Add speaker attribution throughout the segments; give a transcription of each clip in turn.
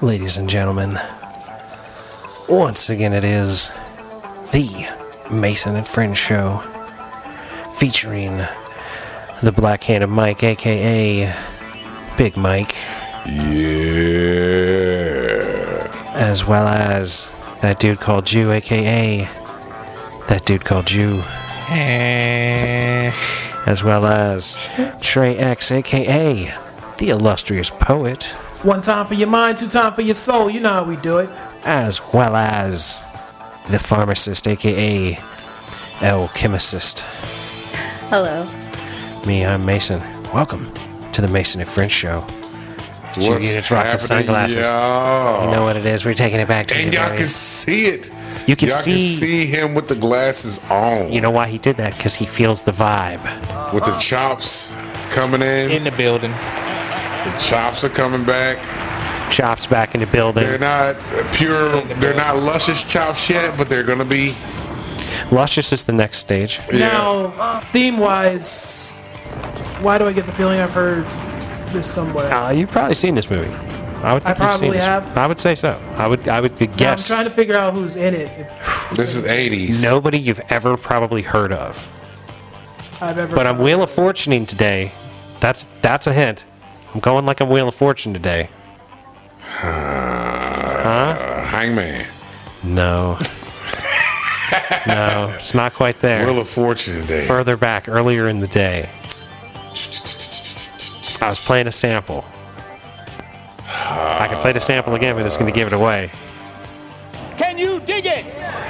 Speaker 1: ladies and gentlemen, once again it is the Mason and Friends show featuring the Black Handed Mike, aka Big Mike,
Speaker 2: Yeah.
Speaker 1: as well as that dude called you, aka that dude called you,
Speaker 3: Eh.
Speaker 1: as well as Trey X, aka the illustrious poet.
Speaker 3: One time for your mind, two time for your soul. You know how we do it.
Speaker 1: as well as the pharmacist, aka El Chemist.
Speaker 4: Hello.
Speaker 1: Me, I'm Mason. Welcome to the Mason and French Show. It's two
Speaker 2: What's
Speaker 1: units rocking
Speaker 2: happening,
Speaker 1: sunglasses.
Speaker 2: y'all?
Speaker 1: You know what it is. We're taking it back to
Speaker 2: and
Speaker 1: you.
Speaker 2: y'all
Speaker 1: baby.
Speaker 2: can see it.
Speaker 1: You can
Speaker 2: y'all
Speaker 1: see-
Speaker 2: can see him with the glasses on.
Speaker 1: You know why he did that? Because he feels the vibe.
Speaker 2: with the chops coming in.
Speaker 5: in the building.
Speaker 2: the chops are coming back.
Speaker 1: Chops back in the
Speaker 2: They're
Speaker 1: building.
Speaker 2: not pure. They're not luscious chops yet, but they're gonna be.
Speaker 1: Luscious is the next stage.
Speaker 3: Now, theme wise, why do I get the feeling I've heard this somewhere?
Speaker 1: Uh, you've probably seen this movie. I would.
Speaker 3: I
Speaker 1: think you've seen
Speaker 3: probably
Speaker 1: this.
Speaker 3: have.
Speaker 1: I would say so. I would. I would guess.
Speaker 3: I'm trying to figure out who's in it. If
Speaker 2: This is 80s.
Speaker 1: Nobody you've ever probably heard of.
Speaker 3: I've ever.
Speaker 1: But I'm Wheel of Fortuning today. That's that's a hint. I'm going like I'm Wheel of Fortune today.
Speaker 2: Hangman.
Speaker 1: No. no, it's not quite there.
Speaker 2: Wheel of Fortune Day.
Speaker 1: Further back, earlier in the day. I was playing a sample. I can play the sample again, but it's going to give it away.
Speaker 6: Can you dig it?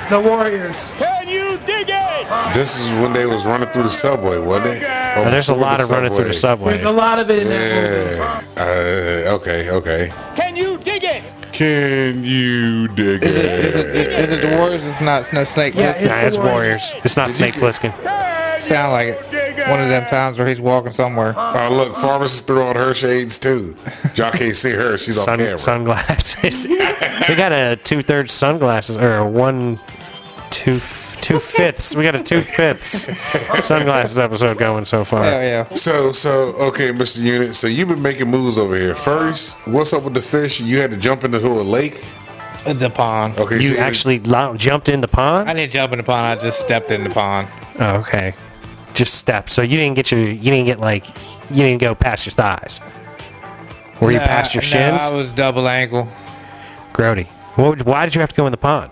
Speaker 3: the Warriors.
Speaker 6: Can you dig it?
Speaker 2: This is when they was running through the subway, wasn't it? Or
Speaker 1: Now, there's a
Speaker 2: before
Speaker 1: lot of running through the subway.
Speaker 3: There's a lot of it in that movie.
Speaker 2: Yeah. Uh, okay. Okay.
Speaker 6: Can you dig it?
Speaker 2: Can you dig
Speaker 5: Is it, is, it,
Speaker 2: it?
Speaker 5: is it the Warriors? It's not Snow Snake.
Speaker 3: Yeah,
Speaker 5: Plissken?
Speaker 1: Nah,
Speaker 3: the
Speaker 1: it's
Speaker 3: Warriors.
Speaker 1: Warriors. It's not Snake Plissken.
Speaker 5: sound like it. One of them times where he's walking somewhere.
Speaker 2: Oh, look, pharmacist threw on her shades too. Y'all can't see her. She's on
Speaker 1: Sun,
Speaker 2: camera.
Speaker 1: sunglasses. we got a two thirds sunglasses or a one two two fifths. We got a two fifths sunglasses episode going so far.
Speaker 5: Oh yeah.
Speaker 2: So, so okay, Mr. Unit. So you've been making moves over here. First, what's up with the fish? You had to jump into a lake.
Speaker 5: The pond.
Speaker 2: Okay,
Speaker 1: You
Speaker 2: see,
Speaker 1: actually lo- jumped in the
Speaker 5: I
Speaker 1: pond.
Speaker 5: didn't jump in the pond. I just stepped in the pond.
Speaker 1: Oh, okay, just step. So you didn't get your you didn't get like you didn't go past your thighs. Were you
Speaker 5: Nah,
Speaker 1: past your
Speaker 5: nah,
Speaker 1: shins,
Speaker 5: I was double ankle.
Speaker 1: Grody? What, would- why did you have to go in the pond?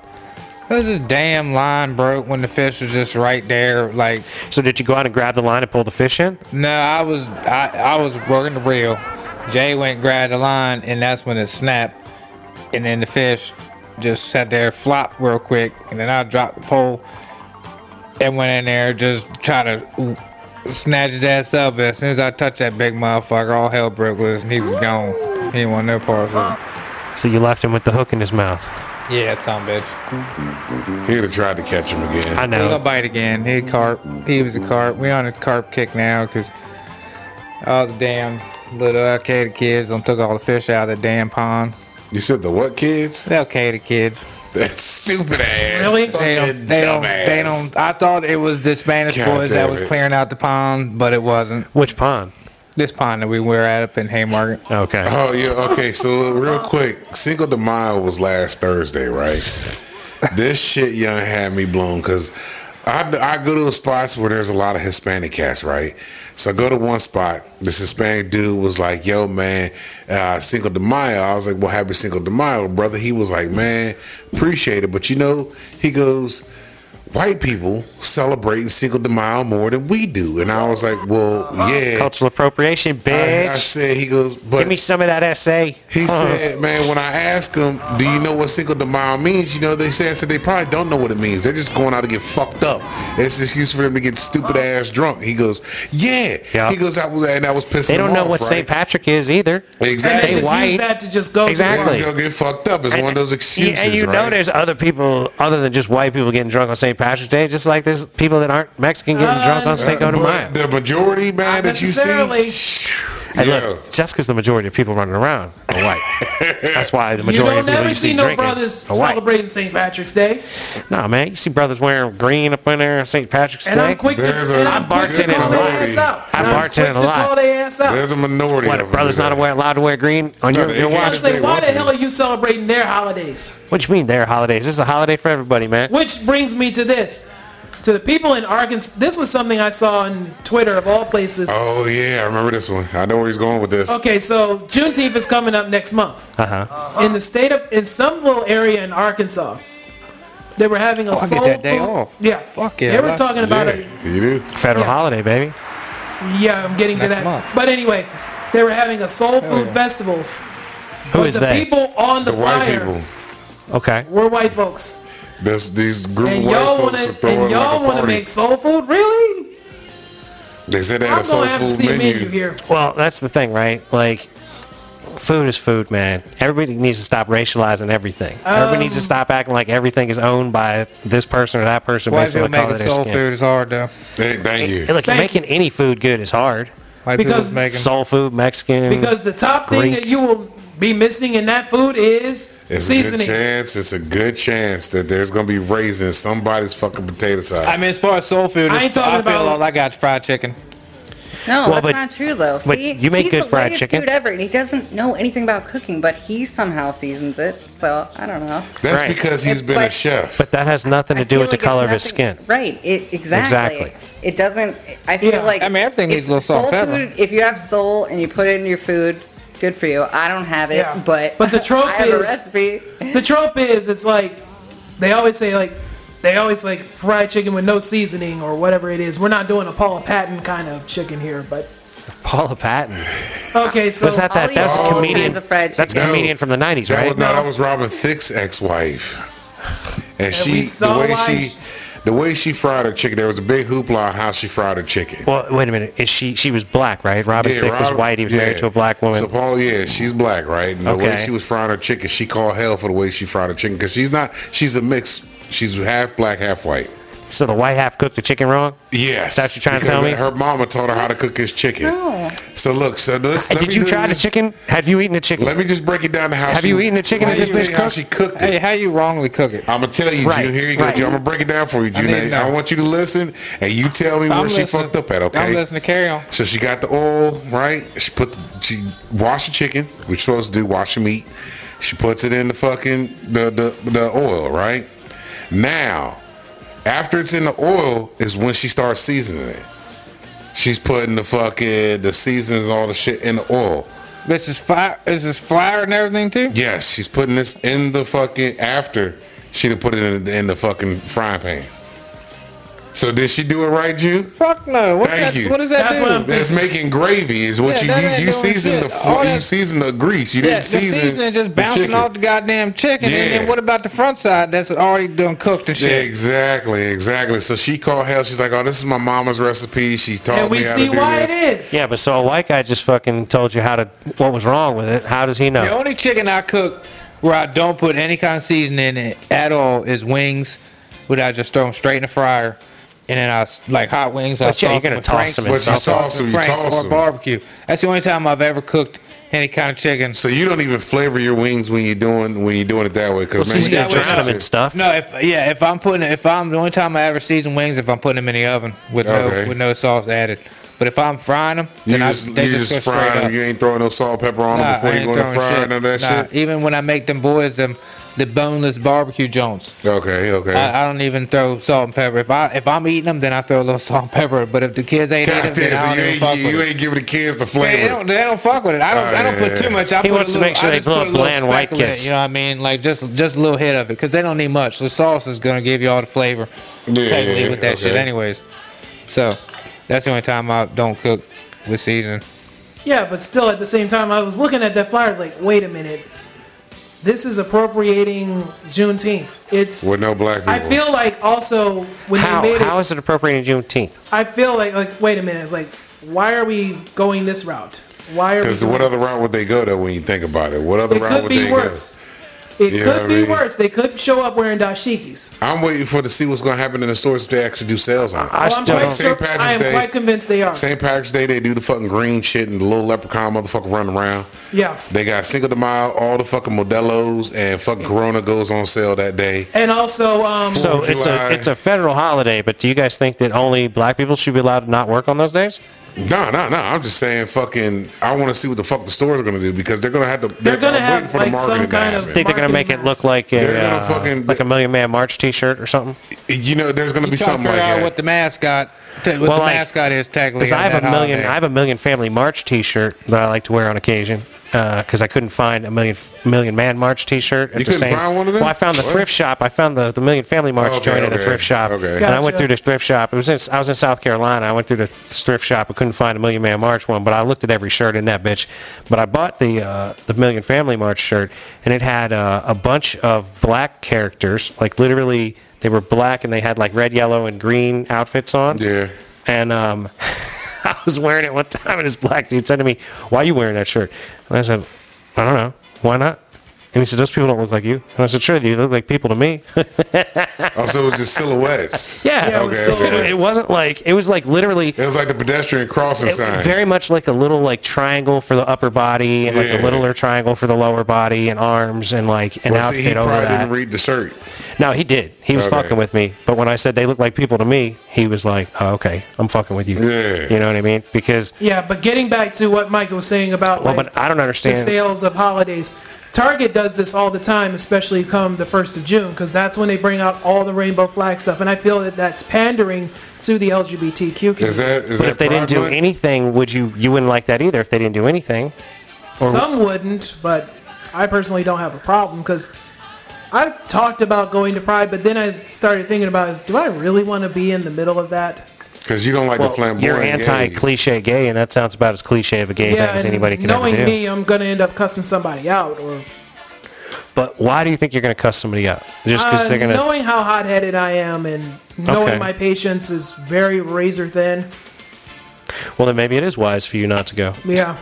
Speaker 5: This is damn line broke when the fish was just right there. Like
Speaker 1: So did you go out and grab the line and pull the fish in?
Speaker 5: no, I was I, I was working the reel. Jay went and grabbed the line, and that's when it snapped. And then the fish just sat there, flop real quick, and then I dropped the pole and went in there just try to snatch his ass up. But as soon as I touched that big motherfucker, all hell broke loose, and he was gone. He didn't want no part of it.
Speaker 1: So you left him with the hook in his mouth.
Speaker 5: Yeah, that son of a bitch.
Speaker 2: he'd have tried to catch him again.
Speaker 1: I
Speaker 5: He
Speaker 1: know.
Speaker 5: gonna bite again. He carp. He was a carp. We on a carp kick now because all the damn little Al-Qaeda kids done took all the fish out of the damn pond.
Speaker 2: you said the what kids?
Speaker 5: The Al-Qaeda kids.
Speaker 2: That stupid ass.
Speaker 3: Really?
Speaker 2: fucking
Speaker 5: They don't. They don't.
Speaker 2: dumbass.
Speaker 5: They don't. I thought it was the Spanish
Speaker 2: God
Speaker 5: boys that
Speaker 2: damn
Speaker 5: was
Speaker 2: it.
Speaker 5: clearing out the pond, but it wasn't.
Speaker 1: Which pond?
Speaker 5: This pond that we were at up in Haymarket.
Speaker 1: Okay.
Speaker 2: Oh yeah. Okay. So real quick, Cinco de Mayo was last Thursday, right? this shit, young, had me blown because I, I go to the spots where there's a lot of Hispanic cats, right? So I go to one spot. This Hispanic dude was like, "Yo, man, uh, Cinco de Mayo." I was like, "Well, happy Cinco de Mayo, brother." He was like, "Man, appreciate it," but you know, he goes. White people celebrating Cinco de Mayo more than we do, and I was like, "Well, yeah."
Speaker 1: Cultural appropriation,
Speaker 2: I, I
Speaker 1: bitch.
Speaker 2: said, "He goes, but
Speaker 1: Give me some of that SA.
Speaker 2: he said, man, when I asked him, do you know what Cinco de Mayo means? You know, they said, I said they probably don't know what it means. They're just going out to get fucked up. It's an excuse for them to get stupid ass drunk. He goes, yeah.
Speaker 1: Yeah.
Speaker 2: He goes, I was, and I was pissing
Speaker 1: They don't
Speaker 2: him
Speaker 1: know
Speaker 2: off,
Speaker 1: what
Speaker 2: right?
Speaker 1: St. Patrick is either.
Speaker 3: And they
Speaker 1: Hey,
Speaker 2: Exactly.
Speaker 3: just
Speaker 1: white.
Speaker 3: use that to just go
Speaker 1: Exactly.
Speaker 3: to
Speaker 2: They just go get fucked up. It's one of those excuses,
Speaker 1: And you know
Speaker 2: right?
Speaker 1: there's other people other than just white people getting drunk on St. Patrick's Day, just like there's people that aren't Mexican getting drunk on
Speaker 3: Uh,
Speaker 1: Cinco de
Speaker 2: But
Speaker 1: Mayo.
Speaker 2: the majority, man,
Speaker 3: Not
Speaker 2: that you
Speaker 3: necessarily.
Speaker 2: see,
Speaker 1: And look,
Speaker 2: Yeah.
Speaker 1: just because the majority of people running around are white, that's why the
Speaker 3: You
Speaker 1: majority
Speaker 3: don't
Speaker 1: of people
Speaker 3: never
Speaker 1: you
Speaker 3: see
Speaker 1: see
Speaker 3: no
Speaker 1: drinking
Speaker 3: brothers
Speaker 1: are white.
Speaker 3: celebrating St. Patrick's Day.
Speaker 1: No, man, you see brothers wearing green up in there on St. Patrick's
Speaker 3: And
Speaker 1: Day.
Speaker 3: I'm quick to,
Speaker 2: There's a-
Speaker 3: and I'm quick to
Speaker 1: bartending
Speaker 3: call
Speaker 1: a
Speaker 3: their
Speaker 1: lot.
Speaker 3: ass out.
Speaker 1: I'm
Speaker 3: And
Speaker 1: bartending
Speaker 3: quick
Speaker 1: a
Speaker 3: to
Speaker 1: lot.
Speaker 3: Call their ass out.
Speaker 2: There's a minority.
Speaker 1: what, a
Speaker 2: of them
Speaker 1: brother's
Speaker 2: do
Speaker 1: not
Speaker 2: that.
Speaker 1: aware, allowed to wear green on
Speaker 2: No,
Speaker 1: your,
Speaker 2: they
Speaker 1: your
Speaker 2: can't.
Speaker 3: I
Speaker 1: watch?
Speaker 3: was like,
Speaker 2: they
Speaker 3: why
Speaker 2: want
Speaker 3: the
Speaker 2: to.
Speaker 3: hell are you celebrating their holidays?
Speaker 1: What you mean their holidays? This is a holiday for everybody, man.
Speaker 3: Which brings me to this. To the people in Arkansas, this was something I saw on Twitter of all places.
Speaker 2: Oh yeah, I remember this one. I know where he's going with this.
Speaker 3: Okay, so Juneteenth is coming up next month. Uh-huh. In the state of, in some little area in Arkansas, they were having a
Speaker 5: Oh, I get
Speaker 3: soul
Speaker 5: that day
Speaker 3: food-
Speaker 5: off.
Speaker 3: Yeah.
Speaker 5: Fuck yeah,
Speaker 3: They were
Speaker 5: that's-
Speaker 3: talking about
Speaker 2: Yeah,
Speaker 3: it.
Speaker 2: you do.
Speaker 1: Federal
Speaker 3: Yeah.
Speaker 1: holiday, baby.
Speaker 3: Yeah, I'm getting to
Speaker 5: Next
Speaker 3: that.
Speaker 5: month.
Speaker 3: But anyway, they were having a soul food
Speaker 5: yeah.
Speaker 3: festival.
Speaker 1: Who
Speaker 3: but
Speaker 1: is
Speaker 3: the
Speaker 1: they?
Speaker 3: people on the,
Speaker 2: The white
Speaker 3: flyer
Speaker 2: people.
Speaker 1: Okay.
Speaker 3: were white folks.
Speaker 2: This these group
Speaker 3: And
Speaker 2: of white
Speaker 3: y'all
Speaker 2: folks
Speaker 3: wanna
Speaker 2: are
Speaker 3: and
Speaker 2: throwing
Speaker 3: y'all
Speaker 2: like a
Speaker 3: wanna
Speaker 2: party.
Speaker 3: make soul food? Really?
Speaker 2: they said they had
Speaker 3: I'm
Speaker 2: a soul
Speaker 3: gonna have to
Speaker 2: food
Speaker 3: see
Speaker 2: menu.
Speaker 3: a menu here.
Speaker 1: Well, that's the thing, right? Like, food is food, man. Everybody needs to stop racializing everything. Everybody
Speaker 3: Um,
Speaker 1: needs to stop acting like everything is owned by this person or that person
Speaker 5: White
Speaker 1: based on
Speaker 5: people
Speaker 1: the color of
Speaker 5: making
Speaker 1: their
Speaker 5: soul
Speaker 1: skin.
Speaker 5: food is hard though.
Speaker 2: Hey, thank you.
Speaker 1: Hey, look,
Speaker 3: Thank
Speaker 1: making any food good is hard.
Speaker 5: White
Speaker 3: Because
Speaker 5: people's making
Speaker 1: Soul food, Mexican.
Speaker 3: Because the top thing
Speaker 1: Greek.
Speaker 3: that you will be missing in that food is
Speaker 2: It's a
Speaker 3: seasoning.
Speaker 2: good chance. It's a good chance that there's gonna be raisins somebody's fucking potato salad.
Speaker 5: I mean, as far as soul food,
Speaker 3: I
Speaker 5: I,
Speaker 3: ain't talking
Speaker 5: I feel
Speaker 3: about-
Speaker 5: all I got is fried chicken.
Speaker 4: No,
Speaker 1: Well,
Speaker 4: that's
Speaker 1: but-
Speaker 4: not true though.
Speaker 1: but
Speaker 4: See,
Speaker 1: you make
Speaker 4: he's
Speaker 1: good
Speaker 4: the
Speaker 1: fried
Speaker 4: whitest
Speaker 1: chicken.
Speaker 4: Dude ever, and he doesn't know anything about cooking, but he somehow seasons it. So I don't know.
Speaker 2: That's
Speaker 1: Right.
Speaker 2: because he's
Speaker 4: It-
Speaker 2: been a
Speaker 4: but-
Speaker 2: chef.
Speaker 1: but that has nothing
Speaker 4: I
Speaker 1: to do
Speaker 4: feel
Speaker 1: with the
Speaker 4: like it's
Speaker 1: color of his
Speaker 4: nothing-
Speaker 1: skin.
Speaker 4: Right. It exactly.
Speaker 1: Exactly.
Speaker 4: It doesn't. I feel
Speaker 3: Yeah.
Speaker 4: like
Speaker 5: I mean, everything
Speaker 4: if
Speaker 5: needs a little salt
Speaker 4: soul
Speaker 5: and pepper.
Speaker 4: Food, if you have soul and you put it in your food, good for you. I don't have it,
Speaker 3: Yeah.
Speaker 4: but
Speaker 3: But the trope
Speaker 4: I have a
Speaker 3: is-
Speaker 4: recipe.
Speaker 3: the trope is it's like they always say like they always like fried chicken with no seasoning or whatever it is. We're not doing a Paula Patton kind of chicken here, but
Speaker 1: Paula Patton.
Speaker 3: okay, so
Speaker 1: Was that that?
Speaker 4: I'll
Speaker 1: That's
Speaker 4: eat
Speaker 1: a
Speaker 4: all
Speaker 1: comedian.
Speaker 4: kinds of fried
Speaker 1: That's a
Speaker 2: chicken. No.
Speaker 1: comedian from the '90s,
Speaker 2: that
Speaker 1: right?
Speaker 2: was, no, that was Robin Thicke's ex-wife, and,
Speaker 3: we
Speaker 2: she the
Speaker 3: saw
Speaker 2: way
Speaker 3: why
Speaker 2: she
Speaker 3: she-
Speaker 2: the way she fried her chicken. There was a big hoopla on how she fried her chicken.
Speaker 1: Well, wait a minute. Is she? She was black, right? Robin Thicke was
Speaker 2: Rob-
Speaker 1: white. He was married
Speaker 2: yeah.
Speaker 1: to a black woman.
Speaker 2: So Paul, yeah, she's black, right? And the way
Speaker 1: Okay.
Speaker 2: she was frying her chicken, she called hell for the way she fried her chicken because she's not. She's a mix. She's half black, half white.
Speaker 1: so the white half cooked the chicken wrong.
Speaker 2: Yes,
Speaker 1: That's what you're trying to
Speaker 2: because
Speaker 1: tell me?
Speaker 2: Her mama taught her how to cook his chicken.
Speaker 4: No.
Speaker 2: So look, so let's,
Speaker 1: Hey,
Speaker 2: let
Speaker 1: did
Speaker 2: me
Speaker 1: you
Speaker 2: do
Speaker 1: try the
Speaker 2: this-
Speaker 1: chicken? Have you eaten the chicken?
Speaker 2: Let me just break it down to how.
Speaker 1: Have
Speaker 2: she-
Speaker 1: you eaten the chicken
Speaker 2: Let
Speaker 1: that
Speaker 2: me
Speaker 1: this
Speaker 2: tell
Speaker 1: bitch
Speaker 2: you how
Speaker 1: cooked?
Speaker 2: she cooked
Speaker 5: Hey,
Speaker 2: it.
Speaker 5: how you wrongly cook it?
Speaker 2: I'm gonna tell you,
Speaker 1: Right,
Speaker 2: June. Here you go,
Speaker 1: right.
Speaker 2: June. I'm gonna break it down for you, June.
Speaker 5: need to
Speaker 2: I,
Speaker 5: know.
Speaker 2: want you to listen, and you tell me where
Speaker 5: I'm
Speaker 2: she
Speaker 5: listening.
Speaker 2: fucked up at. Okay.
Speaker 5: I'm listening. Carry on.
Speaker 2: So she got the oil, right? She put the, she washed the chicken, which you're supposed to do, wash the meat. She puts it in the fucking the the, the oil, right? Now, after it's in the oil is when she starts seasoning it. She's putting the fucking the seasonings all the shit in the oil.
Speaker 5: This is fire. This is flour and everything too.
Speaker 2: Yes, she's putting this in the fucking after she done put it in the, in the fucking frying pan. So did she do it right, Jew?
Speaker 5: Fuck no. What's
Speaker 2: Thank
Speaker 5: that,
Speaker 2: you.
Speaker 5: What does that
Speaker 3: That's
Speaker 5: do?
Speaker 3: what I'm-
Speaker 2: That's making gravy is what
Speaker 5: Yeah, that ain't
Speaker 2: you you, you
Speaker 5: doing
Speaker 2: season
Speaker 5: shit.
Speaker 2: the fr-
Speaker 5: All
Speaker 2: you
Speaker 5: that-
Speaker 2: season the grease. You
Speaker 5: yeah,
Speaker 2: didn't season
Speaker 5: the seasoning just
Speaker 2: the
Speaker 5: bouncing
Speaker 2: chicken.
Speaker 5: off the goddamn chicken. And
Speaker 2: Yeah.
Speaker 5: then what about the front side that's already done cooked and shit?
Speaker 2: Exactly, exactly. So she called hell. She's like, "Oh, this is my mama's recipe. She taught
Speaker 3: and we
Speaker 2: me how
Speaker 3: see
Speaker 2: to do
Speaker 3: why
Speaker 2: this."
Speaker 3: it is.
Speaker 1: Yeah, but so a white guy just fucking told you how to what was wrong with it. How does he
Speaker 5: The
Speaker 1: know?
Speaker 5: only chicken I cook where I don't put any kind of seasoning in it at all is wings, which I just throw them straight in the fryer. And then I s- like hot wings. I
Speaker 1: But yeah, you're
Speaker 5: sauce
Speaker 1: gonna
Speaker 5: with
Speaker 1: toss
Speaker 5: Frank's-
Speaker 1: them in But
Speaker 2: you sauce. sauce them, you
Speaker 5: Frank's
Speaker 2: toss
Speaker 5: or
Speaker 2: them.
Speaker 5: barbecue. That's the only time I've ever cooked any kind of chicken.
Speaker 2: So you don't even flavor your wings when you're doing when you're doing it that way
Speaker 1: Well,
Speaker 2: because
Speaker 1: so he's
Speaker 5: maybe
Speaker 1: gonna
Speaker 5: that was-
Speaker 1: drown him in stuff.
Speaker 5: No, if yeah, if I'm putting if I'm the only time I ever season wings if I'm putting them in the oven with
Speaker 2: Okay.
Speaker 5: no with no sauce added. But if I'm frying them,
Speaker 2: you
Speaker 5: then
Speaker 2: just,
Speaker 5: I, they
Speaker 2: you
Speaker 5: just,
Speaker 2: just
Speaker 5: go straight
Speaker 2: frying
Speaker 5: up.
Speaker 2: them. You ain't throwing no salt pepper on
Speaker 5: Nah,
Speaker 2: them before
Speaker 5: I
Speaker 2: you go
Speaker 5: ain't
Speaker 2: in the
Speaker 5: throwing
Speaker 2: fryer
Speaker 5: shit.
Speaker 2: and all that
Speaker 5: Nah,
Speaker 2: shit.
Speaker 5: Even when I make them boys them the boneless barbecue joints,
Speaker 2: Okay, okay.
Speaker 5: I, I don't even throw salt and pepper. If I if I'm eating them, then I throw a little salt and pepper. But if the kids ain't eating
Speaker 2: God
Speaker 5: them, then I
Speaker 2: damn,
Speaker 5: don't
Speaker 2: so you
Speaker 5: even fuck
Speaker 2: ain't
Speaker 5: with
Speaker 2: you
Speaker 5: it.
Speaker 2: ain't giving the kids the
Speaker 5: They
Speaker 2: flavor.
Speaker 5: don't, they don't fuck with it. I don't.
Speaker 2: Oh,
Speaker 5: I don't
Speaker 2: yeah,
Speaker 5: put too
Speaker 2: yeah.
Speaker 5: much. I
Speaker 1: He
Speaker 5: put
Speaker 1: wants
Speaker 5: a
Speaker 1: to
Speaker 5: little,
Speaker 1: make sure
Speaker 5: I
Speaker 1: they
Speaker 5: just
Speaker 1: little
Speaker 5: put a little
Speaker 1: bland white
Speaker 5: speckle in it,
Speaker 1: kids.
Speaker 5: You know what I mean? Like just just a little hit of it because they don't need much. The sauce is gonna give you all the flavor.
Speaker 2: Yeah,
Speaker 5: technically
Speaker 2: yeah,
Speaker 5: with that shit,
Speaker 2: okay.
Speaker 5: anyways. So that's the only time I don't cook with seasoning.
Speaker 3: Yeah, but still at the same time, I was looking at that flyer. I was like, wait a minute, this is appropriating Juneteenth. It's
Speaker 2: With no black people.
Speaker 3: I feel like also when
Speaker 1: How
Speaker 3: they made
Speaker 1: how
Speaker 3: it,
Speaker 1: is it appropriating Juneteenth?
Speaker 3: I feel like like wait a minute, it's like why are we going this route? Why are we?
Speaker 2: Because
Speaker 3: doing
Speaker 2: what other
Speaker 3: this?
Speaker 2: route would they go though when you think about it? What other
Speaker 3: It
Speaker 2: route
Speaker 3: could
Speaker 2: would
Speaker 3: be
Speaker 2: they
Speaker 3: worse.
Speaker 2: go?
Speaker 3: It
Speaker 2: Yeah,
Speaker 3: could
Speaker 2: I
Speaker 3: be
Speaker 2: mean-
Speaker 3: worse. They could show up wearing dashikis.
Speaker 2: I'm waiting for to see what's going to happen in the stores if they actually do sales on it.
Speaker 1: I
Speaker 3: Well, I'm
Speaker 1: still
Speaker 3: quite
Speaker 1: don't.
Speaker 2: St.
Speaker 3: sure,
Speaker 2: Patrick's
Speaker 3: I am
Speaker 2: Day.
Speaker 3: quite convinced they are.
Speaker 2: St. Patrick's Day, they do the fucking green shit and the little leprechaun motherfucker running around.
Speaker 3: Yeah.
Speaker 2: They got Cinco de Mayo, all the fucking Modelo's, and fucking Corona goes on sale that day.
Speaker 3: And also, um,
Speaker 1: So it's a
Speaker 2: July.
Speaker 1: it's a federal holiday, but do you guys think that only black people should be allowed to not work on those days?
Speaker 2: No, no, no. I'm just saying, fucking. I want to see what the fuck the stores are gonna do because they're gonna have to.
Speaker 3: They're gonna
Speaker 2: I'm
Speaker 3: have,
Speaker 2: waiting for
Speaker 3: like, some
Speaker 2: marketing to
Speaker 3: kind of-
Speaker 1: I
Speaker 2: happen.
Speaker 1: think they're gonna make
Speaker 3: Marketing
Speaker 1: it
Speaker 3: mask.
Speaker 1: look like
Speaker 2: They're
Speaker 1: a
Speaker 2: gonna
Speaker 1: uh,
Speaker 2: fucking-
Speaker 1: like a Million Man March T-shirt or something.
Speaker 2: You know, there's gonna be
Speaker 5: Trying to
Speaker 2: something
Speaker 5: figure
Speaker 2: like
Speaker 5: out
Speaker 2: that.
Speaker 5: what the mascot, t- what
Speaker 1: Well,
Speaker 5: the
Speaker 1: like,
Speaker 5: mascot is technically.
Speaker 1: Because I
Speaker 5: on
Speaker 1: have a
Speaker 5: that
Speaker 1: million,
Speaker 5: holiday.
Speaker 1: I have a million family march T-shirt that I like to wear on occasion. Because I couldn't find a million million man march T-shirt. At the
Speaker 2: You couldn't
Speaker 1: same,
Speaker 2: find one of them?
Speaker 1: Well, I found the
Speaker 2: What?
Speaker 1: thrift shop. I found the, the million family march
Speaker 2: Okay,
Speaker 1: joint at a
Speaker 2: okay,
Speaker 1: thrift shop,
Speaker 2: okay.
Speaker 1: and I went
Speaker 3: Gotcha.
Speaker 1: through this thrift shop. It was in, I was in South Carolina. I went through the thrift shop. I couldn't find a million man march one, but I looked at every shirt in that bitch. But I bought the uh, the million family march shirt, and it had uh, a bunch of black characters, like literally. They were black and they had like red, yellow, and green outfits on
Speaker 2: Yeah.
Speaker 1: and um, I was wearing it one time, and this black dude said to me, "Why are you wearing that shirt?" And I said, "I don't know. Why not?" And he said, "Those people don't look like you." And I said, "Sure, they look like people to me."
Speaker 2: Also, Oh, it was just silhouettes.
Speaker 1: yeah,
Speaker 3: Yeah, it was
Speaker 2: Okay.
Speaker 3: still-
Speaker 2: okay.
Speaker 1: it wasn't like it was like literally
Speaker 2: It was like the pedestrian crossing
Speaker 1: it-
Speaker 2: sign.
Speaker 1: very much like a little like triangle for the upper body and like a
Speaker 2: Yeah.
Speaker 1: littler triangle for the lower body and arms and like an
Speaker 2: well, see,
Speaker 1: outfit
Speaker 2: he
Speaker 1: over
Speaker 2: probably
Speaker 1: that.
Speaker 2: didn't read the shirt.
Speaker 1: no, he did. He was
Speaker 2: Okay.
Speaker 1: fucking with me. But when I said they look like people to me, he was like, "Oh, okay, I'm fucking with you."
Speaker 2: Yeah.
Speaker 1: You know what I mean? Because
Speaker 3: yeah, but getting back to what Michael was saying about
Speaker 1: well,
Speaker 3: like,
Speaker 1: but I don't understand.
Speaker 3: the sales of holidays. Target does this all the time, especially come the 1st of June, because that's when they bring out all the rainbow flag stuff. And I feel that that's pandering to the LGBTQ community.
Speaker 2: Is that? Is
Speaker 1: But
Speaker 2: that
Speaker 1: if they
Speaker 2: Pride
Speaker 1: didn't do
Speaker 2: Month?
Speaker 1: anything, would you you wouldn't like that either if they didn't do anything?
Speaker 3: Some wouldn't, but I personally don't have a problem because I talked about going to Pride, but then I started thinking about is, do I really want to be in the middle of that?
Speaker 2: Because you don't like the flamboyant.
Speaker 1: you're anti
Speaker 2: gays.
Speaker 1: cliche gay, and that sounds about as cliche of a gay thing as
Speaker 3: and
Speaker 1: anybody can ever
Speaker 3: knowing
Speaker 1: do.
Speaker 3: me, I'm gonna end up cussing somebody out, or
Speaker 1: But why do you think you're going to cuss somebody out just because
Speaker 3: Uh,
Speaker 1: they're going to?
Speaker 3: knowing how hot-headed I am and knowing
Speaker 1: Okay.
Speaker 3: my patience is very razor thin.
Speaker 1: Well, then maybe it is wise for you not to go.
Speaker 3: Yeah.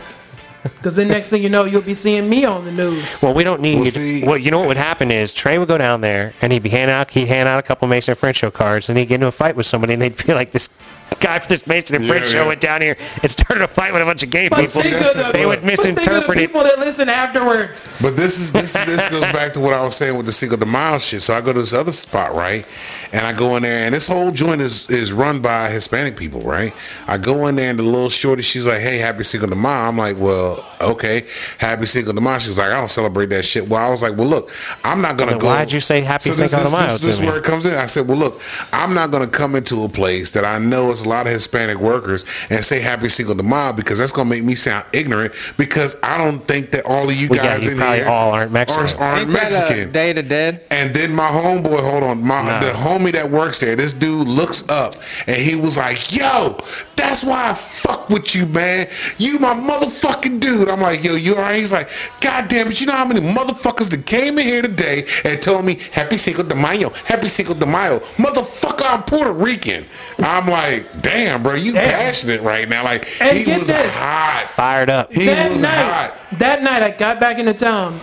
Speaker 3: Because then next thing you know, you'll be seeing me on the news.
Speaker 1: Well, we don't need.
Speaker 2: Well, see-
Speaker 1: well, you know what would happen is Trey would go down there and he'd be hand out he'd hand out a couple Mason and French show cards, and he'd get into a fight with somebody, and they'd be like this. Guy from this Mason and
Speaker 2: Yeah,
Speaker 1: French show
Speaker 2: yeah.
Speaker 1: went down here and started a fight with a bunch of gay
Speaker 3: But
Speaker 1: people.
Speaker 3: think
Speaker 2: that's
Speaker 3: of the,
Speaker 2: the-
Speaker 1: They would
Speaker 3: but think of the
Speaker 1: misinterpret it.
Speaker 3: people that listen afterwards.
Speaker 2: But this is this this goes back to what I was saying with the Cinco de Mayo shit. So I go to this other spot, right? And I go in there, and this whole joint is is run by Hispanic people, right? I go in there, and the little shorty, she's like, "Hey, happy Cinco de Mayo." I'm like, "Well, okay, happy Cinco de Mayo." She's like, "I don't celebrate that shit." Well, I was like, "Well, look, I'm not gonna
Speaker 1: Then
Speaker 2: go."
Speaker 1: why'd you say happy
Speaker 2: this-
Speaker 1: Cinco de
Speaker 2: this-
Speaker 1: Mayo
Speaker 2: This,
Speaker 1: to
Speaker 2: this is
Speaker 1: me?
Speaker 2: where it comes in. I said, "Well, look, I'm not gonna come into a place that I know is a lot of Hispanic workers and say happy Cinco de Mayo because that's gonna make me sound ignorant because I don't think that all of you
Speaker 1: Well, yeah,
Speaker 2: guys
Speaker 1: you
Speaker 2: in
Speaker 1: probably
Speaker 2: here
Speaker 1: all aren't Mexican.
Speaker 2: Aren't, aren't
Speaker 5: Ain't that, uh,
Speaker 2: Mexican.
Speaker 5: Day to Dead.
Speaker 2: and then my homeboy, hold on, my
Speaker 1: Nah.
Speaker 2: the homie that works there, this dude looks up and he was like, "Yo, that's why I fuck with you, man. You my motherfucking dude." I'm like, "Yo, you alright?" He's like, "God damn it, you know how many motherfuckers that came in here today and told me Happy Cinco de Mayo, Happy Cinco de Mayo, motherfucker, I'm Puerto Rican." I'm like, "Damn, bro, you
Speaker 3: Damn.
Speaker 2: passionate right now." Like
Speaker 3: And
Speaker 2: he
Speaker 3: get
Speaker 2: was
Speaker 3: this.
Speaker 2: hot.
Speaker 1: Fired up.
Speaker 2: He
Speaker 3: that
Speaker 2: was
Speaker 3: night,
Speaker 2: hot.
Speaker 3: that night, I got back into town.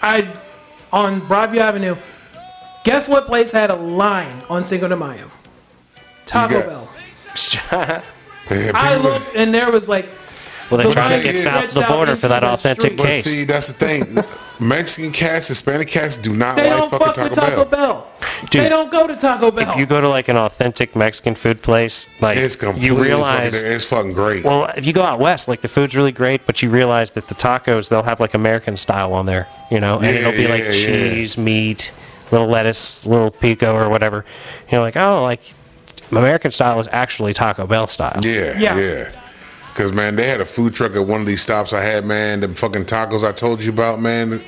Speaker 3: I on Broadview Avenue. Guess what place had a line on Cinco de Mayo? Taco
Speaker 2: got-
Speaker 3: Bell.
Speaker 2: Yeah,
Speaker 3: I
Speaker 2: people-
Speaker 3: looked, and there was like
Speaker 1: Well, they
Speaker 3: The
Speaker 1: tried to
Speaker 2: line
Speaker 1: get
Speaker 2: is
Speaker 1: south of the
Speaker 3: stretched out
Speaker 1: border for
Speaker 3: into
Speaker 1: that
Speaker 3: the
Speaker 1: authentic
Speaker 3: street.
Speaker 2: But
Speaker 1: case.
Speaker 2: see, that's the thing. Mexican cats, Hispanic cats do not
Speaker 3: they
Speaker 2: like
Speaker 3: don't
Speaker 2: fucking
Speaker 3: fuck
Speaker 2: Taco,
Speaker 3: with
Speaker 2: Bell.
Speaker 3: Taco Bell.
Speaker 1: Dude,
Speaker 3: they don't go to Taco Bell.
Speaker 1: if you go to like an authentic Mexican food place, like
Speaker 2: It's completely
Speaker 1: you
Speaker 2: fucking,
Speaker 1: realize,
Speaker 2: it's fucking great.
Speaker 1: well, if you go out west, like the food's really great, but you realize that the tacos they'll have like American style on there, you know, and
Speaker 2: Yeah,
Speaker 1: it'll be like
Speaker 2: yeah, yeah.
Speaker 1: cheese, meat, little lettuce, little pico or whatever. You know, like oh, like American style is actually Taco Bell style.
Speaker 2: yeah,
Speaker 3: Yeah.
Speaker 2: yeah. Cause man, they had a food truck at one of these stops I had, man. Them fucking tacos I told you about, man.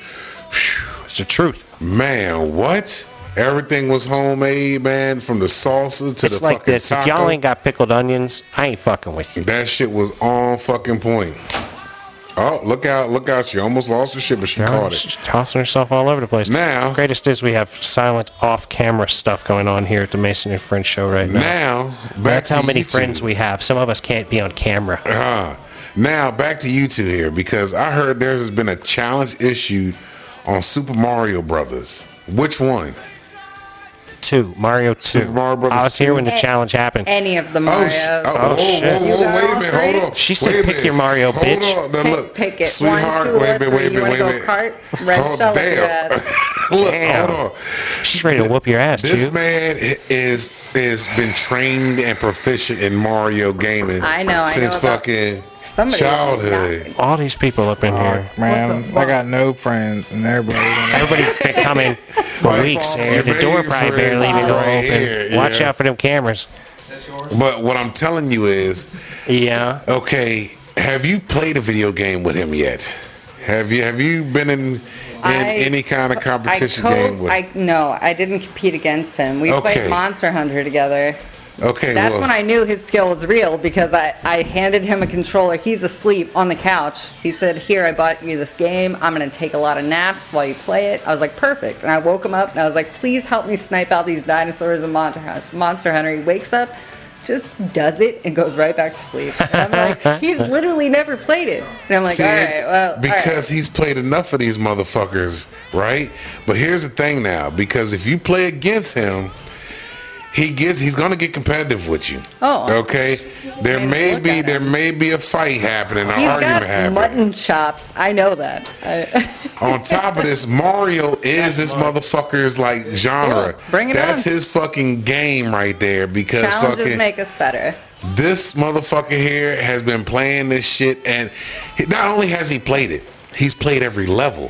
Speaker 1: It's the truth.
Speaker 2: Man, what? Everything was homemade, man. From the salsa to
Speaker 1: It's
Speaker 2: the
Speaker 1: like
Speaker 2: fucking
Speaker 1: this:
Speaker 2: taco.
Speaker 1: if y'all ain't got pickled onions, I ain't fucking with you.
Speaker 2: that shit was on fucking point. Oh, look out! Look out! She almost lost her shit, but she caught it.
Speaker 1: She's tossing herself all over the place.
Speaker 2: Now-
Speaker 1: greatest is we have silent off-camera stuff going on here at the Mason and French show right now.
Speaker 2: Now, back
Speaker 1: That's
Speaker 2: to
Speaker 1: how many
Speaker 2: you two.
Speaker 1: friends we have. Some of us can't be on camera.
Speaker 2: Uh, now back to you two here because I heard there's been a challenge issued on Super Mario Brothers. Which one?
Speaker 1: Two Mario Two.
Speaker 2: Super Mario Brothers
Speaker 1: I was here when the
Speaker 4: two?
Speaker 1: challenge happened.
Speaker 4: Any of the
Speaker 2: Oh,
Speaker 4: Mario.
Speaker 2: sh- oh,
Speaker 1: Oh,
Speaker 2: whoa,
Speaker 1: shit.
Speaker 2: whoa,
Speaker 4: You
Speaker 2: whoa,
Speaker 4: got
Speaker 2: wait a
Speaker 4: all
Speaker 2: minute,
Speaker 4: three?
Speaker 2: hold on.
Speaker 1: She said,
Speaker 2: Wait a
Speaker 1: "Pick
Speaker 2: minute.
Speaker 1: your Mario,
Speaker 2: Hold
Speaker 1: bitch."
Speaker 2: on. Now,
Speaker 4: Pick,
Speaker 2: look,
Speaker 4: pick it.
Speaker 2: Sweetheart,
Speaker 4: One, two,
Speaker 2: wait a
Speaker 4: or
Speaker 2: minute,
Speaker 4: three.
Speaker 2: wait a
Speaker 4: you
Speaker 2: minute,
Speaker 4: wanna
Speaker 2: wait a
Speaker 4: go
Speaker 2: minute.
Speaker 4: Cart, red
Speaker 2: Oh,
Speaker 4: shell
Speaker 2: damn. Look,
Speaker 1: Damn.
Speaker 2: hold on.
Speaker 1: She's ready to whoop your ass,
Speaker 2: This
Speaker 1: dude.
Speaker 2: man is is been trained and proficient in Mario gaming.
Speaker 4: I know, I
Speaker 2: since
Speaker 4: know about-
Speaker 2: fucking
Speaker 4: Somebody
Speaker 2: childhood.
Speaker 1: All these people up in
Speaker 2: Uh,
Speaker 1: here.
Speaker 5: Man,
Speaker 3: fuck?
Speaker 5: I got no friends, and everybody.
Speaker 1: Everybody's been coming for weeks, and the
Speaker 2: Your
Speaker 1: door
Speaker 2: baby
Speaker 1: probably
Speaker 2: friends
Speaker 1: barely even
Speaker 2: right here,
Speaker 1: open.
Speaker 2: yeah.
Speaker 1: Watch out for them cameras.
Speaker 2: But what I'm telling you is,
Speaker 1: Yeah.
Speaker 2: okay, have you played a video game with him yet? Have you have you been in in any kind of competition
Speaker 4: I co-
Speaker 2: game with?
Speaker 4: I, no, I didn't compete against him. We
Speaker 2: Okay.
Speaker 4: played Monster Hunter together.
Speaker 2: okay,
Speaker 4: That's
Speaker 2: well,
Speaker 4: when I knew his skill was real because I, I handed him a controller. He's asleep on the couch. He said, Here, I bought you this game. I'm going to take a lot of naps while you play it. I was like, Perfect. And I woke him up and I was like, Please help me snipe out these dinosaurs in Monster, Hun- Monster Hunter. He wakes up, just does it, and goes right back to sleep. And I'm like, He's literally never played it. And I'm like,
Speaker 2: See,
Speaker 4: All right, well, all right."
Speaker 2: because he's played enough of these motherfuckers, right? But here's the thing now, because if you play against him, he gets he's gonna get competitive with you.
Speaker 4: Oh.
Speaker 2: okay. There
Speaker 4: Made us
Speaker 2: may
Speaker 4: look
Speaker 2: be
Speaker 4: at
Speaker 2: there may be a fight happening, an
Speaker 4: He's
Speaker 2: argument
Speaker 4: got
Speaker 2: happening.
Speaker 4: mutton chops. I know that. I,
Speaker 2: On top of this, Mario is this motherfucker's like genre.
Speaker 4: Cool. Bring it
Speaker 2: That's
Speaker 4: on.
Speaker 2: his fucking game right there because
Speaker 4: challenges
Speaker 2: fucking
Speaker 4: make us better.
Speaker 2: this motherfucker here has been playing this shit, and he, not only has he played it, he's played every level.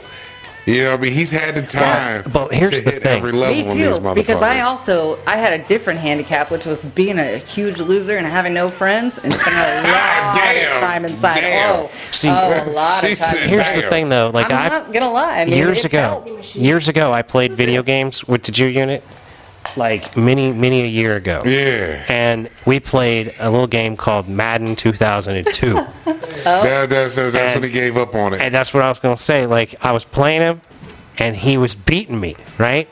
Speaker 2: You know, what I mean, he's had the time
Speaker 1: but here's
Speaker 2: to
Speaker 1: the
Speaker 2: hit
Speaker 1: thing.
Speaker 2: every level
Speaker 4: Me
Speaker 2: on these
Speaker 4: too,
Speaker 2: motherfuckers.
Speaker 4: because I also I had a different handicap, which was being a huge loser and having no friends and spending a lot
Speaker 2: Damn,
Speaker 4: of time inside.
Speaker 2: damn.
Speaker 4: Oh,
Speaker 1: See,
Speaker 4: oh, a lot
Speaker 2: she
Speaker 4: of time.
Speaker 2: said
Speaker 1: Here's the
Speaker 2: Damn.
Speaker 1: thing, though. Like
Speaker 4: I'm
Speaker 1: I,
Speaker 4: not gonna lie. I mean,
Speaker 1: years
Speaker 4: it
Speaker 1: ago,
Speaker 4: helped.
Speaker 1: years ago, I played video games with the Jew unit, like many, many a year ago.
Speaker 2: yeah,
Speaker 1: And we played a little game called Madden 2002.
Speaker 4: Oh.
Speaker 2: that, that's that's, that's
Speaker 1: And-
Speaker 2: when he gave up on it.
Speaker 1: and that's what I was going to say. Like, I was playing him, and he was beating me, right?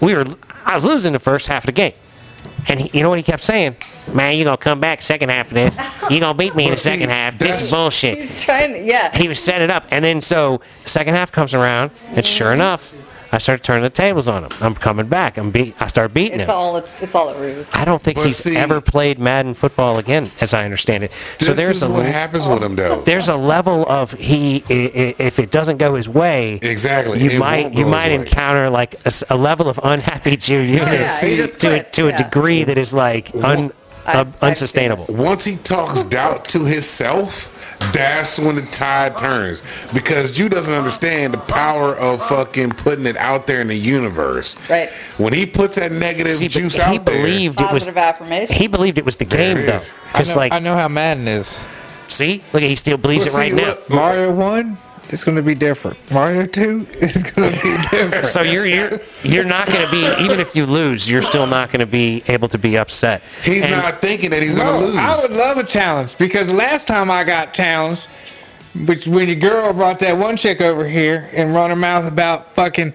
Speaker 1: We were, I was losing the first half of the game. And he, you know what he kept saying? Man, you going to come back second half of this. you going to beat me in
Speaker 2: Well,
Speaker 1: the second
Speaker 2: see,
Speaker 1: half. This is
Speaker 2: that's-
Speaker 1: bullshit.
Speaker 4: He's trying. To, yeah.
Speaker 1: he was setting it up. And then so second half comes around, and sure enough, I start turning the tables on him. I'm coming back. I'm beat. I start beating
Speaker 4: It's
Speaker 1: him.
Speaker 4: all a- it's all a ruse.
Speaker 1: I don't think
Speaker 2: But
Speaker 1: he's
Speaker 2: see-
Speaker 1: ever played Madden football again, as I understand it.
Speaker 2: This
Speaker 1: so there's
Speaker 2: is
Speaker 1: a
Speaker 2: what
Speaker 1: l-
Speaker 2: happens with him, though.
Speaker 1: there's a level of he i- i- if it doesn't go his way,
Speaker 2: Exactly,
Speaker 1: You
Speaker 2: it
Speaker 1: might
Speaker 2: won't go
Speaker 1: you
Speaker 2: his
Speaker 1: might
Speaker 2: way.
Speaker 1: encounter like a, s- a level of unhappy junior
Speaker 4: yeah, he just
Speaker 1: to a,
Speaker 4: quits,
Speaker 1: to a
Speaker 4: yeah.
Speaker 1: degree that is like un,
Speaker 4: I-
Speaker 1: uh,
Speaker 4: I-
Speaker 1: unsustainable.
Speaker 2: Once he talks doubt to himself, that's when the tide turns. Because you doesn't understand the power of fucking putting it out there in the universe.
Speaker 4: Right.
Speaker 2: When he puts that negative
Speaker 1: See, but
Speaker 2: juice
Speaker 1: he
Speaker 2: out there,
Speaker 1: believed it was
Speaker 4: Positive affirmation.
Speaker 1: he believed it was the game
Speaker 2: it
Speaker 1: though,
Speaker 2: is.
Speaker 5: I
Speaker 1: because
Speaker 5: know,
Speaker 1: like
Speaker 5: I know how Madden is.
Speaker 1: See, look, he still believes
Speaker 2: Well,
Speaker 1: it right
Speaker 2: see,
Speaker 1: now.
Speaker 2: look-
Speaker 5: Mario One is going to be different. Mario Two is going to be different.
Speaker 1: So you're you're you're not going to be even if you lose, you're still not going to be able to be upset.
Speaker 2: he's
Speaker 1: And
Speaker 2: not thinking that he's gonna
Speaker 5: Bro,
Speaker 2: lose.
Speaker 5: I would love a challenge because last time I got challenged, which when your girl brought that one chick over here and run her mouth about fucking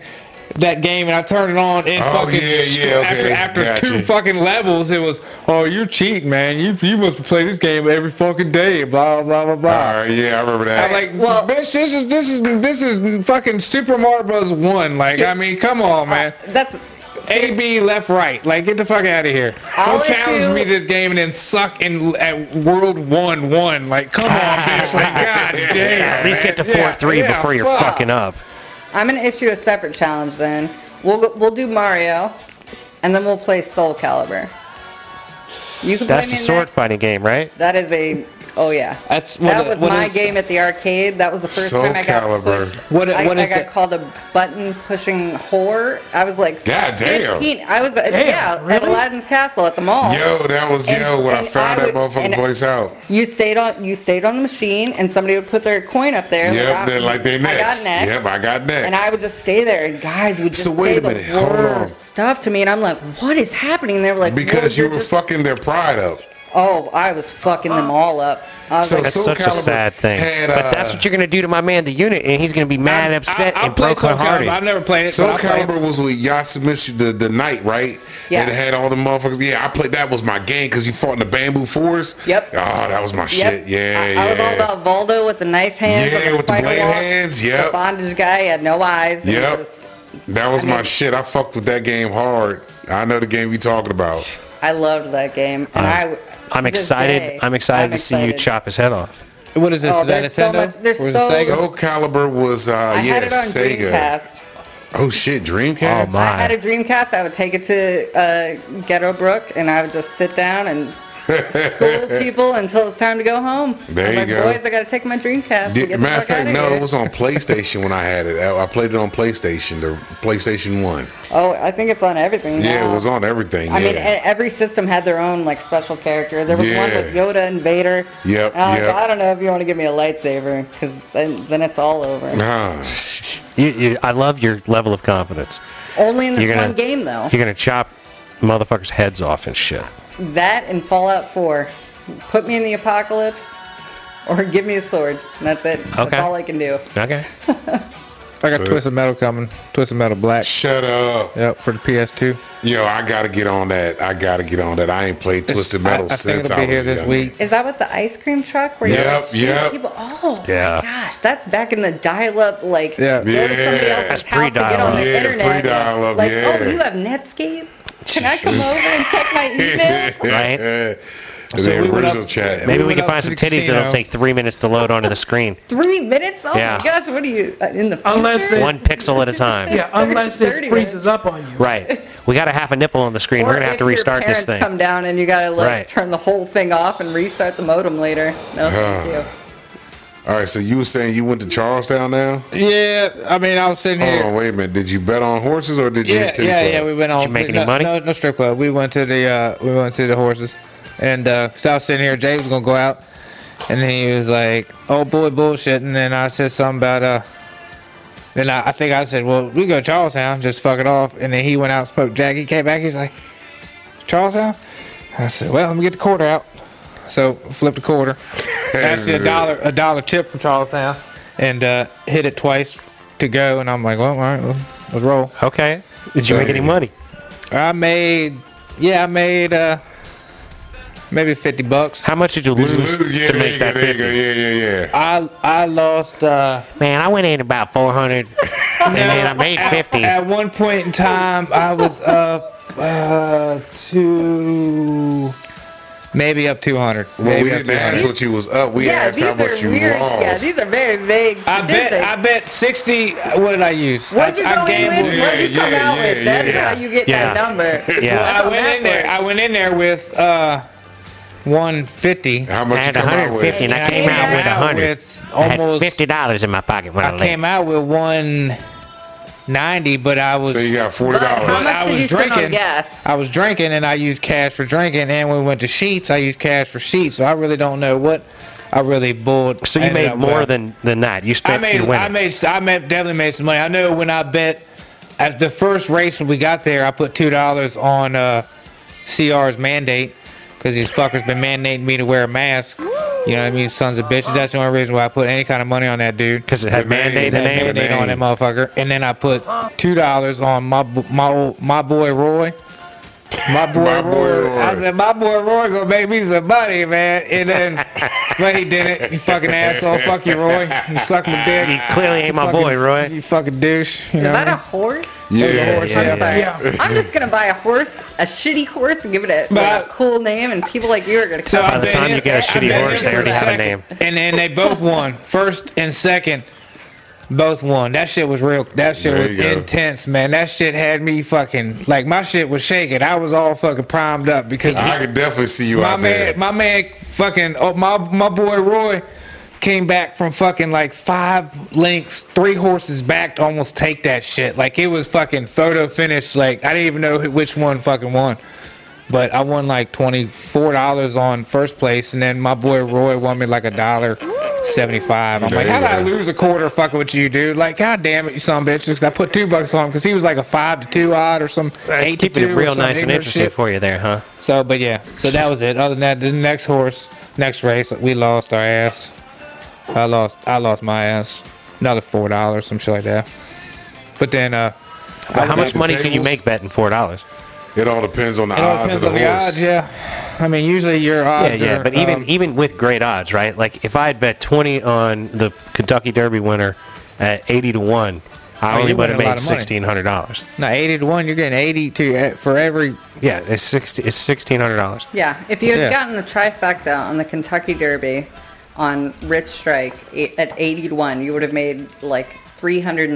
Speaker 5: that game, and I turned it on and
Speaker 2: Oh,
Speaker 5: fucking
Speaker 2: yeah, yeah, okay,
Speaker 5: after, after
Speaker 2: gotcha.
Speaker 5: two fucking levels, it was oh you're cheating, man. You you must play this game every fucking day. Blah blah blah blah.
Speaker 2: All right, yeah, I remember that.
Speaker 5: I'm like,
Speaker 4: Well-
Speaker 5: bitch, this is this is this is fucking Super Mario Bros. One. Like, I mean, come on, man.
Speaker 4: That's
Speaker 5: A B left right. Like, get the fuck out of here.
Speaker 4: I'll
Speaker 5: Don't
Speaker 4: let
Speaker 5: challenge
Speaker 4: you-
Speaker 5: me this game and then suck in at World One One. Like, come on, bitch. Like, god damn.
Speaker 1: at least get to four three before you're fucking up.
Speaker 4: I'm gonna issue a separate challenge then. We'll go, we'll do Mario, and then we'll play Soul Calibur. You can
Speaker 1: That's the
Speaker 4: play me in
Speaker 1: sword
Speaker 4: That.
Speaker 1: fighting game, right?
Speaker 4: that is a oh yeah.
Speaker 5: That's
Speaker 4: that was my game at the arcade. That was the first
Speaker 2: Soul
Speaker 4: time I got
Speaker 2: Calibur.
Speaker 4: pushed.
Speaker 5: What-
Speaker 4: I,
Speaker 5: what
Speaker 4: I
Speaker 5: is
Speaker 4: got
Speaker 5: it?
Speaker 4: called a button pushing whore. I was like,
Speaker 2: God damn.
Speaker 4: 15. I was uh
Speaker 3: Damn,
Speaker 4: yeah at
Speaker 3: really?
Speaker 4: Aladdin's Castle at the mall.
Speaker 2: yo, that was
Speaker 4: And-
Speaker 2: yo when I
Speaker 4: and
Speaker 2: found
Speaker 4: I
Speaker 2: that
Speaker 4: would-
Speaker 2: motherfucking
Speaker 4: and-
Speaker 2: place out.
Speaker 4: You stayed on you stayed on the machine, and somebody would put their coin up there.
Speaker 2: Yep,
Speaker 4: I'm-
Speaker 2: they're like they next.
Speaker 4: I got next.
Speaker 2: Yep, I got next.
Speaker 4: And I would just stay there, and guys would just
Speaker 2: So wait
Speaker 4: say
Speaker 2: a minute,
Speaker 4: the
Speaker 2: hold on.
Speaker 4: worst stuff to me, and I'm like, "What is happening?" They were like, "Well,
Speaker 2: because you
Speaker 4: you're
Speaker 2: were
Speaker 4: just-
Speaker 2: fucking their pride up.
Speaker 4: Oh, I was fucking them all up. I was
Speaker 2: So-
Speaker 4: like,
Speaker 2: That's
Speaker 1: That's
Speaker 2: Soul
Speaker 1: such
Speaker 2: Calibur
Speaker 1: a sad thing.
Speaker 2: had,
Speaker 1: but that's
Speaker 2: uh,
Speaker 1: what you're gonna do to my man, the unit, and he's gonna be mad,
Speaker 5: I-
Speaker 1: upset,
Speaker 5: I- I'll
Speaker 1: and
Speaker 5: play Soul
Speaker 1: broken hearted.
Speaker 5: Calibur. I've never played it.
Speaker 2: Soul
Speaker 5: but I'll play
Speaker 2: Calibur was with Yasumitsu the, the night, right?
Speaker 4: Yeah.
Speaker 2: And it had all the motherfuckers. Yeah, I played. That was my game because you fought in the bamboo forest.
Speaker 4: Yep.
Speaker 2: Oh, that was my shit. Yeah,
Speaker 4: I,
Speaker 2: yeah.
Speaker 4: I was all about Voldo with the knife hands.
Speaker 2: Yeah,
Speaker 4: the
Speaker 2: with the
Speaker 4: spider
Speaker 2: blade
Speaker 4: walk.
Speaker 2: hands,
Speaker 4: The
Speaker 2: yep.
Speaker 4: bondage guy had no eyes. It
Speaker 2: Yep.
Speaker 4: was-
Speaker 2: that was
Speaker 4: I
Speaker 2: my
Speaker 4: mean-
Speaker 2: shit. I fucked with that game hard. I know the game you talking about.
Speaker 4: I loved that game, and I.
Speaker 1: I'm,
Speaker 4: w-
Speaker 1: I'm
Speaker 4: to this
Speaker 1: excited.
Speaker 4: day,
Speaker 1: I'm excited to see you
Speaker 4: excited.
Speaker 1: chop his head off.
Speaker 5: it. What is this?
Speaker 4: Oh,
Speaker 5: is that
Speaker 4: there's so
Speaker 5: Nintendo?
Speaker 4: much- there's
Speaker 5: Or is it
Speaker 4: so-
Speaker 5: Sega?
Speaker 2: Soul Calibur was uh
Speaker 4: I
Speaker 2: yeah
Speaker 4: had it on
Speaker 2: Sega.
Speaker 4: Dreamcast.
Speaker 2: Oh shit, Dreamcast.
Speaker 1: Oh, my.
Speaker 4: I had a Dreamcast. I would take it to uh, Ghetto Brook, and I would just sit down and school people until it's time to go home.
Speaker 2: There
Speaker 4: I'm
Speaker 2: you
Speaker 4: like,
Speaker 2: go.
Speaker 4: Boys, I gotta take my Dreamcast.
Speaker 2: Did-
Speaker 4: and get the
Speaker 2: matter of
Speaker 4: fuck
Speaker 2: fact,
Speaker 4: outta
Speaker 2: no,
Speaker 4: here."
Speaker 2: it was on PlayStation when I had it. I, I played it on PlayStation, the PlayStation One.
Speaker 4: Oh, I think it's on everything.
Speaker 2: Yeah,
Speaker 4: now.
Speaker 2: it was on everything. Yeah.
Speaker 4: I mean, e- every system had their own like special character. There was one with
Speaker 2: Yeah.
Speaker 4: Yoda and Vader.
Speaker 2: Yep,
Speaker 4: And I, was
Speaker 2: yep.
Speaker 4: like, I don't know if you want to give me a lightsaber because then, then it's all over.
Speaker 2: Nah.
Speaker 1: You, you, I love your level of confidence.
Speaker 4: Only in this
Speaker 1: You're gonna-
Speaker 4: one game though.
Speaker 1: You're gonna chop motherfuckers' heads off and shit.
Speaker 4: That and Fallout 4. Put me in the apocalypse, or give me a sword. And that's it.
Speaker 1: Okay.
Speaker 4: That's all I can do.
Speaker 1: Okay.
Speaker 5: I got
Speaker 2: So-
Speaker 5: Twisted Metal coming. Twisted Metal Black.
Speaker 2: Shut up.
Speaker 5: Yep, for the PS2.
Speaker 2: Yo, I gotta get on that. I gotta get on that. I ain't played Twisted Metal
Speaker 5: I, I think
Speaker 2: since
Speaker 5: it'll be
Speaker 2: I was
Speaker 5: here this
Speaker 2: young.
Speaker 5: week.
Speaker 4: Is that what the ice cream truck where
Speaker 2: Yep,
Speaker 4: you're like, shooting
Speaker 2: yep.
Speaker 4: people? Oh
Speaker 1: Yeah.
Speaker 4: my gosh, that's back in the dial-up like
Speaker 5: Yeah.
Speaker 4: go to somebody
Speaker 2: Yeah.
Speaker 4: else's
Speaker 1: That's
Speaker 4: house to get
Speaker 1: pre-dial-up.
Speaker 4: on the
Speaker 2: Yeah,
Speaker 4: internet.
Speaker 2: pre-dial-up,
Speaker 4: like,
Speaker 2: yeah.
Speaker 4: oh, you have Netscape? Can I come over and check my email?
Speaker 1: Right?
Speaker 2: the
Speaker 5: we went
Speaker 2: original
Speaker 5: up-
Speaker 2: chat.
Speaker 1: Maybe we,
Speaker 5: went
Speaker 1: can
Speaker 5: up
Speaker 1: find
Speaker 5: to
Speaker 1: some
Speaker 5: the
Speaker 1: titties that'll
Speaker 5: casino.
Speaker 1: take three minutes to load onto the screen,
Speaker 4: Three minutes? Oh
Speaker 1: Yeah.
Speaker 4: my gosh, what are you uh, in the future?
Speaker 3: Unless they-
Speaker 1: one pixel at a time.
Speaker 3: Yeah, unless it
Speaker 4: 30 minutes.
Speaker 3: freezes up on you.
Speaker 1: Right. We got a half a nipple on the screen. We're
Speaker 4: Or
Speaker 1: gonna have
Speaker 4: if
Speaker 1: to
Speaker 4: your
Speaker 1: restart this
Speaker 4: parents
Speaker 1: thing.
Speaker 4: Come down and you gotta like
Speaker 1: Right.
Speaker 4: turn the whole thing off and restart the modem later. No, thank you.
Speaker 2: All right, so you were saying you went to Charlestown now?
Speaker 5: Yeah, I mean, I was sitting here.
Speaker 2: Hold on, wait a minute. Did you bet on horses or did you
Speaker 5: yeah,
Speaker 2: hit to the
Speaker 5: yeah,
Speaker 2: club?
Speaker 5: yeah. We went on.
Speaker 1: you make any
Speaker 5: no,
Speaker 1: money?
Speaker 5: No, no strip club. We went to the uh, we went to the horses, and uh, so I was sitting here. Jay was gonna go out, and then he was like, "Oh boy, bullshit," and then I said something about uh. Then I, I think I said, "Well, we go to Charlestown, just fuck it off." And then he went out, and spoke Jack. He came back. He's like, "Charlestown." And I said, "Well, let me get the quarter out." So flipped a quarter. Actually, a dollar a dollar tip from Charlestown, and uh, hit it twice to go. And I'm like, "Well, all right, well, let's roll."
Speaker 1: Okay. Did you make any
Speaker 2: Dang.
Speaker 1: money?
Speaker 5: I made, yeah, I made uh maybe fifty bucks.
Speaker 1: How much did you
Speaker 2: Did you
Speaker 1: lose,
Speaker 2: lose? Yeah,
Speaker 1: to
Speaker 2: there
Speaker 1: make
Speaker 2: you go,
Speaker 1: that
Speaker 2: there you go.
Speaker 1: fifty?
Speaker 2: Yeah, yeah, yeah.
Speaker 5: I I lost. uh
Speaker 1: Man, I went in about four hundred, and then I made fifty.
Speaker 5: At one point in time, I was up uh to maybe up two hundred.
Speaker 2: Well, we didn't ask what you was up. We
Speaker 4: yeah,
Speaker 2: asked
Speaker 4: these
Speaker 2: how
Speaker 4: are
Speaker 2: much you
Speaker 4: weird.
Speaker 2: lost.
Speaker 4: Yeah, these are very vague
Speaker 5: I
Speaker 4: statistics.
Speaker 5: bet I bet sixty. What did I use?
Speaker 4: What'd you
Speaker 5: I,
Speaker 4: go
Speaker 5: I
Speaker 4: in
Speaker 5: gambled-
Speaker 4: with? What'd you
Speaker 2: Yeah,
Speaker 4: come
Speaker 2: yeah,
Speaker 4: out with?
Speaker 2: yeah,
Speaker 4: That's
Speaker 2: yeah.
Speaker 4: how you get
Speaker 1: Yeah.
Speaker 4: that number.
Speaker 1: Yeah.
Speaker 4: That's
Speaker 5: I
Speaker 4: how
Speaker 5: went
Speaker 4: math
Speaker 5: in there. I
Speaker 4: works.
Speaker 5: went in there with uh one fifty.
Speaker 2: how
Speaker 1: I
Speaker 2: much you
Speaker 1: had
Speaker 2: come out
Speaker 1: 150,
Speaker 2: with?
Speaker 1: and I came out with 100. I had
Speaker 5: almost
Speaker 1: fifty dollars in my pocket when I,
Speaker 5: I came
Speaker 1: left.
Speaker 5: out with one ninety, but I was
Speaker 2: So you got forty
Speaker 4: But how
Speaker 2: dollars.
Speaker 4: much
Speaker 5: I
Speaker 4: did
Speaker 5: was
Speaker 4: you spend on
Speaker 5: drinking.
Speaker 4: gas?
Speaker 5: I was drinking and I used cash for drinking, and when we went to sheets, I used cash for sheets. So I really don't know what I really bulled.
Speaker 1: So you
Speaker 5: ended
Speaker 1: made
Speaker 5: up
Speaker 1: more
Speaker 5: with.
Speaker 1: than than that. You
Speaker 5: I
Speaker 1: spent.
Speaker 5: made.
Speaker 1: you went
Speaker 5: I
Speaker 1: it.
Speaker 5: made. I made, definitely made some money. I know when I bet at the first race when we got there, I put two dollars on uh, CR's mandate because these fuckers been mandating me to wear a mask. You know what I mean? Sons of bitches. That's the only reason why I put any kind of money on that dude.
Speaker 1: Because it had
Speaker 2: The name,
Speaker 1: mandate in
Speaker 5: That
Speaker 1: the
Speaker 5: name,
Speaker 1: name.
Speaker 5: name on that motherfucker. And then I put two dollars on my b- my old- my boy Roy. My boy,
Speaker 2: My boy
Speaker 5: Roy. I
Speaker 2: Roy.
Speaker 5: said, my boy Roy gonna make me some money, man. And then, but he did it. You fucking asshole. Fuck you, Roy. You suck my dick.
Speaker 1: You clearly ain't my boy, Roy.
Speaker 5: You fucking douche. You
Speaker 4: Is
Speaker 5: know
Speaker 4: that
Speaker 5: what I
Speaker 4: a
Speaker 5: mean?
Speaker 4: horse?
Speaker 2: Yeah,
Speaker 5: That was a
Speaker 1: Yeah,
Speaker 5: horse,
Speaker 4: I'm sorry.
Speaker 3: Yeah.
Speaker 4: I'm just gonna buy a horse, a shitty horse, and give it a,
Speaker 5: But
Speaker 4: like,
Speaker 5: I-
Speaker 4: a cool name, and people like you are gonna come.
Speaker 5: So
Speaker 4: up
Speaker 5: I
Speaker 1: the
Speaker 5: bet
Speaker 1: time
Speaker 5: him-
Speaker 1: you get a
Speaker 5: I
Speaker 1: shitty
Speaker 5: bet
Speaker 4: horse,
Speaker 5: him
Speaker 4: they already
Speaker 5: for
Speaker 4: have a
Speaker 5: second.
Speaker 1: name.
Speaker 5: And then they both won. First and second, both won. That shit was real. That shit
Speaker 2: There
Speaker 5: was
Speaker 2: you go.
Speaker 5: intense, man. That shit had me fucking like my shit was shaking. I was all fucking primed up because
Speaker 2: I could definitely see you
Speaker 5: my
Speaker 2: out there.
Speaker 5: man, my man, fucking oh, my my boy Roy came back from fucking like five links, three horses back to almost take that shit. Like it was fucking photo finish. Like I didn't even know who- which one fucking won. But I won like twenty four dollars on first place, and then my boy Roy won me like a dollar seventy five. I'm like,
Speaker 2: There
Speaker 5: how
Speaker 2: you
Speaker 5: did I
Speaker 2: go.
Speaker 5: lose a quarter fucking with you, dude? Like, god damn it, you son of a bitch! Because I put two bucks on him because he was like a five to two odd or some
Speaker 1: It's
Speaker 5: eight to
Speaker 1: keeping
Speaker 5: two.
Speaker 1: it
Speaker 5: or
Speaker 1: real
Speaker 5: some
Speaker 1: nice and
Speaker 5: ignorant
Speaker 1: interesting
Speaker 5: shit.
Speaker 1: for you there, huh?
Speaker 5: So, but yeah, so that was it. Other than that, the next horse Next race, we lost our ass. I lost. I lost my ass. Another four dollars, some shit like that. But then, uh,
Speaker 1: How much
Speaker 2: the
Speaker 1: money can you
Speaker 2: tables?
Speaker 1: make betting four dollars?
Speaker 2: It all depends on the
Speaker 5: it all
Speaker 2: odds of
Speaker 5: depends
Speaker 2: the
Speaker 5: on the
Speaker 2: horse.
Speaker 5: odds. Yeah, I mean, usually your
Speaker 1: Yeah,
Speaker 5: odds.
Speaker 1: yeah.
Speaker 5: are,
Speaker 1: But even
Speaker 5: um,
Speaker 1: even with great odds, right? Like if I had bet twenty on the Kentucky Derby winner at eighty to one, I
Speaker 5: Oh,
Speaker 1: only
Speaker 5: you
Speaker 1: would
Speaker 5: win
Speaker 1: have
Speaker 5: a lot
Speaker 1: made
Speaker 5: of money.
Speaker 1: sixteen hundred dollars.
Speaker 5: no, eighty to one, you're getting eighty to eh, for every.
Speaker 1: Yeah, it's sixty. It's sixteen hundred dollars.
Speaker 4: Yeah, if you had
Speaker 5: Yeah.
Speaker 4: gotten the trifecta on the Kentucky Derby on Rich Strike e- at 80 to 1, you would have made like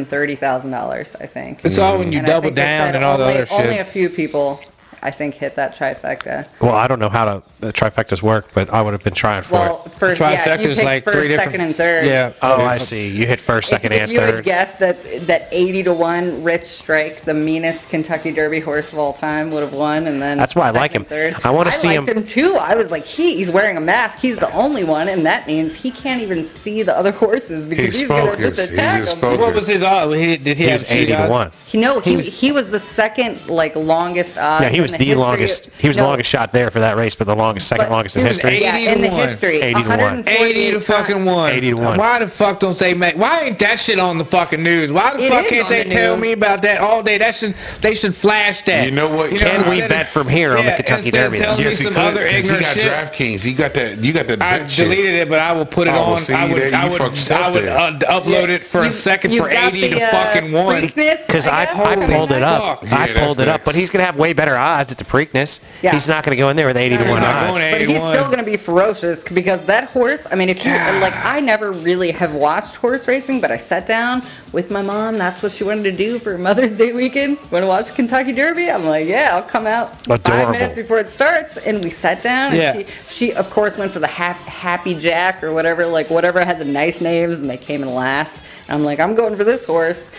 Speaker 4: $330,000, I think.
Speaker 5: It's all when you
Speaker 4: And I
Speaker 5: double
Speaker 4: think they
Speaker 5: down
Speaker 4: said
Speaker 5: and all
Speaker 4: only,
Speaker 5: the other shit.
Speaker 4: Only a few people, I think, hit that trifecta.
Speaker 1: Well, I don't know how to, the trifectas work, but I would have been trying for
Speaker 4: Well,
Speaker 1: it.
Speaker 4: first, yeah, you
Speaker 5: Trifecta's
Speaker 4: picked
Speaker 5: like
Speaker 4: first,
Speaker 5: three different.
Speaker 4: second, and third.
Speaker 5: Yeah.
Speaker 1: Oh, I see. You hit first, second,
Speaker 4: if,
Speaker 1: and
Speaker 4: if you
Speaker 1: third.
Speaker 4: had guessed that that 80 to 1 Rich Strike, the meanest Kentucky Derby horse of all time, would have won, and then
Speaker 1: That's why I like
Speaker 4: second,
Speaker 1: him.
Speaker 4: Third.
Speaker 1: I wanna see
Speaker 4: liked
Speaker 1: him-
Speaker 4: him too. I was like, he, he's wearing a mask. He's the only one, and that means he can't even see the other horses because
Speaker 2: He's
Speaker 4: he's, going to
Speaker 2: focused.
Speaker 4: just
Speaker 2: He's
Speaker 4: attack
Speaker 2: just
Speaker 4: him.
Speaker 2: focused.
Speaker 5: What was his odds? He, did he,
Speaker 1: he
Speaker 5: have
Speaker 1: was eighty
Speaker 5: shitty
Speaker 1: to
Speaker 5: odds?
Speaker 1: one.
Speaker 4: He, no, he,
Speaker 5: He
Speaker 4: he,
Speaker 5: was-
Speaker 4: was, the second like longest odds.
Speaker 1: Yeah, he
Speaker 4: Uh, in
Speaker 1: was
Speaker 4: the
Speaker 1: the
Speaker 4: history-
Speaker 1: longest. He was the
Speaker 4: no,
Speaker 1: longest shot there for that race, but the longest, second
Speaker 4: But
Speaker 1: longest
Speaker 5: he
Speaker 1: in
Speaker 5: was
Speaker 1: history.
Speaker 5: 80
Speaker 4: Yeah,
Speaker 5: to
Speaker 4: in the
Speaker 5: one.
Speaker 4: history,
Speaker 1: 80 to one.
Speaker 4: 148
Speaker 5: 80 to fucking
Speaker 4: times.
Speaker 5: 1.
Speaker 1: 80 to 1.
Speaker 5: Why the fuck don't they make why ain't that shit on the fucking news? Why the
Speaker 4: It
Speaker 5: fuck
Speaker 4: is
Speaker 5: can't
Speaker 4: on
Speaker 5: they
Speaker 4: the
Speaker 5: tell
Speaker 4: news.
Speaker 5: me about that all day? That should they should flash that.
Speaker 2: You know what?
Speaker 1: Can we
Speaker 5: instead of-
Speaker 1: bet from here on the Kentucky
Speaker 5: instead of
Speaker 1: Derby, though?
Speaker 5: telling me
Speaker 2: Yes, he
Speaker 5: some
Speaker 2: could.
Speaker 5: other
Speaker 2: 'cause he
Speaker 5: ignorant
Speaker 2: got
Speaker 5: shit.
Speaker 2: DraftKings. He got that. You got that.
Speaker 5: I
Speaker 2: bet shit.
Speaker 5: deleted it, but I will put it
Speaker 2: Oh, well,
Speaker 5: on.
Speaker 2: see,
Speaker 5: I would,
Speaker 2: there you
Speaker 5: I would,
Speaker 2: fucked
Speaker 5: I
Speaker 2: yourself
Speaker 5: would
Speaker 2: there.
Speaker 5: uh, upload it for a
Speaker 4: You-
Speaker 5: second
Speaker 4: you've
Speaker 5: for
Speaker 4: got
Speaker 5: eighty
Speaker 4: the,
Speaker 5: to
Speaker 4: uh,
Speaker 5: fucking one.
Speaker 4: Preakness,
Speaker 1: Because I,
Speaker 4: guess.
Speaker 1: I,
Speaker 4: mean,
Speaker 1: pulled it up.
Speaker 5: fuck. Yeah,
Speaker 1: I
Speaker 2: that's
Speaker 1: pulled it up,
Speaker 2: next.
Speaker 1: but he's going to have way better odds at the Preakness.
Speaker 4: Yeah.
Speaker 1: He's not going to go in there with 80 to
Speaker 5: He's
Speaker 1: 1
Speaker 5: not
Speaker 1: odds.
Speaker 5: going
Speaker 4: But he's
Speaker 5: 81.
Speaker 4: still going to be ferocious because that horse. I mean, if you like, I never really have watched horse racing, but I sat down with my mom. That's what she wanted to do for Mother's Day weekend. Want to watch Kentucky Derby? I'm like, yeah, I'll come out
Speaker 1: Adorable.
Speaker 4: five minutes before it starts. And we sat down, and
Speaker 5: Yeah.
Speaker 4: she, she of course went for the hap, Happy Jack or whatever, like whatever had the nice names, and they came in last. And I'm like, I'm going for this horse,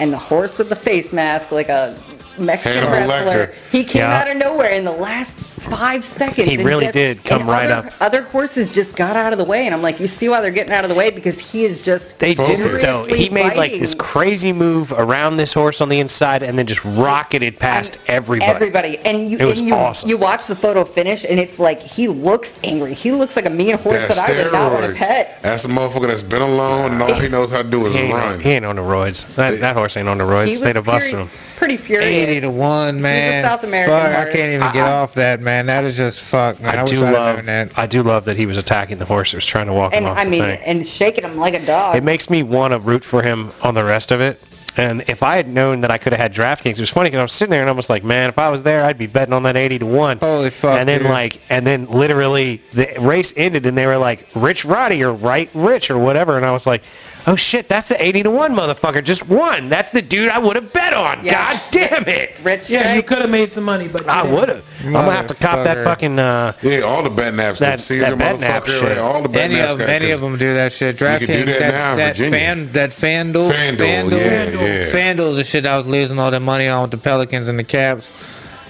Speaker 4: and the horse with the face mask, like a. Mexican
Speaker 2: Hannibal
Speaker 4: wrestler.
Speaker 2: Lecter.
Speaker 4: He came
Speaker 1: Yeah.
Speaker 4: out of nowhere in the last five seconds.
Speaker 1: He
Speaker 4: and
Speaker 1: really
Speaker 4: just-
Speaker 1: did come
Speaker 4: and
Speaker 1: right
Speaker 4: other,
Speaker 1: up.
Speaker 4: Other horses just got out of the way, and I'm like, you see why they're getting out of the way because he is just.
Speaker 1: They
Speaker 2: Focus.
Speaker 1: didn't though. He
Speaker 4: Furiously
Speaker 1: made like this
Speaker 4: biting.
Speaker 1: crazy move around this horse on the inside, and then just rocketed past everybody.
Speaker 4: Everybody, and you
Speaker 1: It was
Speaker 4: and you,
Speaker 1: awesome.
Speaker 4: you watch the photo finish, and it's like he looks angry. He looks like a mean horse
Speaker 2: That's
Speaker 4: that I would not want to
Speaker 2: steroids.
Speaker 4: pet.
Speaker 2: That's a motherfucker that's been alone and all he knows how to do is
Speaker 1: He ain't, on,
Speaker 2: run.
Speaker 1: he ain't on the roids. That, that horse ain't on the
Speaker 4: He
Speaker 1: roids.
Speaker 4: was
Speaker 1: They'd have busted
Speaker 4: pretty,
Speaker 1: him.
Speaker 4: pretty furious.
Speaker 5: Eighty to one, man.
Speaker 4: He's a South American
Speaker 5: fuck, I
Speaker 4: horse.
Speaker 5: can't even get
Speaker 1: I- I-
Speaker 5: off that, man. That is just fuck. Man. I,
Speaker 1: I,
Speaker 5: wish
Speaker 1: do
Speaker 5: I'd have known
Speaker 1: love.
Speaker 5: that.
Speaker 1: I do love that he was attacking the horse that was trying to walk
Speaker 4: And
Speaker 1: him off
Speaker 4: I
Speaker 1: the
Speaker 4: mean,
Speaker 1: thing.
Speaker 4: and uh, shaking him like a dog.
Speaker 1: it makes me want to root for him on the rest of it. And if I had known that I could have had DraftKings, it was funny because I was sitting there and I was like, man, if I was there, I'd be betting on that eighty to one.
Speaker 5: Holy fuck,
Speaker 1: And then
Speaker 5: dude.
Speaker 1: like, and then literally the race ended, and they were like, Rich Roddy or Right Rich or whatever, and I was like, oh shit, that's the eighty to one motherfucker just won. That's the dude I would have bet on.
Speaker 4: Yeah.
Speaker 1: God damn it!
Speaker 4: Rich,
Speaker 3: Yeah, you
Speaker 4: Strike,
Speaker 3: could have made some money, but you
Speaker 1: I
Speaker 3: didn't.
Speaker 1: would have. I'm gonna have to cop that
Speaker 5: Motherfucker.
Speaker 1: fucking. Uh,
Speaker 2: Yeah, all the bet naps.
Speaker 1: That-
Speaker 2: That, Caesar
Speaker 1: that bet nap
Speaker 2: motherfucker.
Speaker 1: shit.
Speaker 2: right, All the bet
Speaker 5: Any
Speaker 2: naps.
Speaker 5: of
Speaker 2: got-
Speaker 5: them, any of them do that shit.
Speaker 2: You can do
Speaker 5: DraftKings,
Speaker 2: that
Speaker 5: that,
Speaker 2: now in
Speaker 5: that,
Speaker 2: Virginia.
Speaker 5: fan, that FanDuel,
Speaker 2: FanDuel, yeah, yeah.
Speaker 5: FanDuel's the shit I was losing all the money on with the Pelicans and the Caps,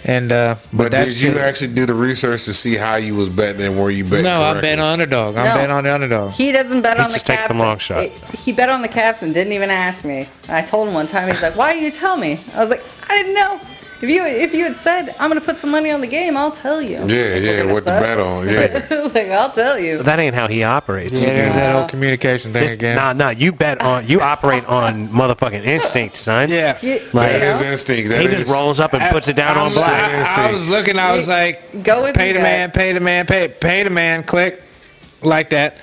Speaker 5: and uh, but,
Speaker 2: But
Speaker 5: that
Speaker 2: did
Speaker 5: shit,
Speaker 2: you actually do the research to see how you was betting and where you bet?
Speaker 5: No, I bet on underdog. I
Speaker 4: No.
Speaker 5: am bet on the underdog.
Speaker 4: He doesn't bet
Speaker 1: He's
Speaker 4: on the
Speaker 1: just
Speaker 4: Caps.
Speaker 1: taking the long shot.
Speaker 4: It- He bet on the Caps and didn't even ask me. And I told him one time, he's like, "Why didn't you tell me?" I was like, "I didn't know. If you if you had said I'm gonna put some money on the game, I'll tell you."
Speaker 2: Yeah,
Speaker 4: Like,
Speaker 2: yeah,
Speaker 4: look at
Speaker 2: what the
Speaker 4: us.
Speaker 2: bet on? Yeah,
Speaker 4: like I'll tell you.
Speaker 1: that ain't how he operates.
Speaker 5: Yeah, there's that old communication thing
Speaker 1: This,
Speaker 5: again.
Speaker 1: nah, nah. You bet on. You operate on motherfucking instinct, son.
Speaker 5: yeah.
Speaker 4: You-
Speaker 1: Like-
Speaker 4: you
Speaker 2: that
Speaker 4: know,
Speaker 2: is instinct. That
Speaker 1: he
Speaker 2: is
Speaker 1: just rolls up and puts it down
Speaker 5: I
Speaker 1: on
Speaker 5: was-
Speaker 1: black.
Speaker 5: I, I was looking. I was
Speaker 4: You-
Speaker 5: like,
Speaker 4: go with
Speaker 5: pay
Speaker 4: the
Speaker 5: the
Speaker 4: gut.
Speaker 5: man, pay the man, pay pay the man. Click like that.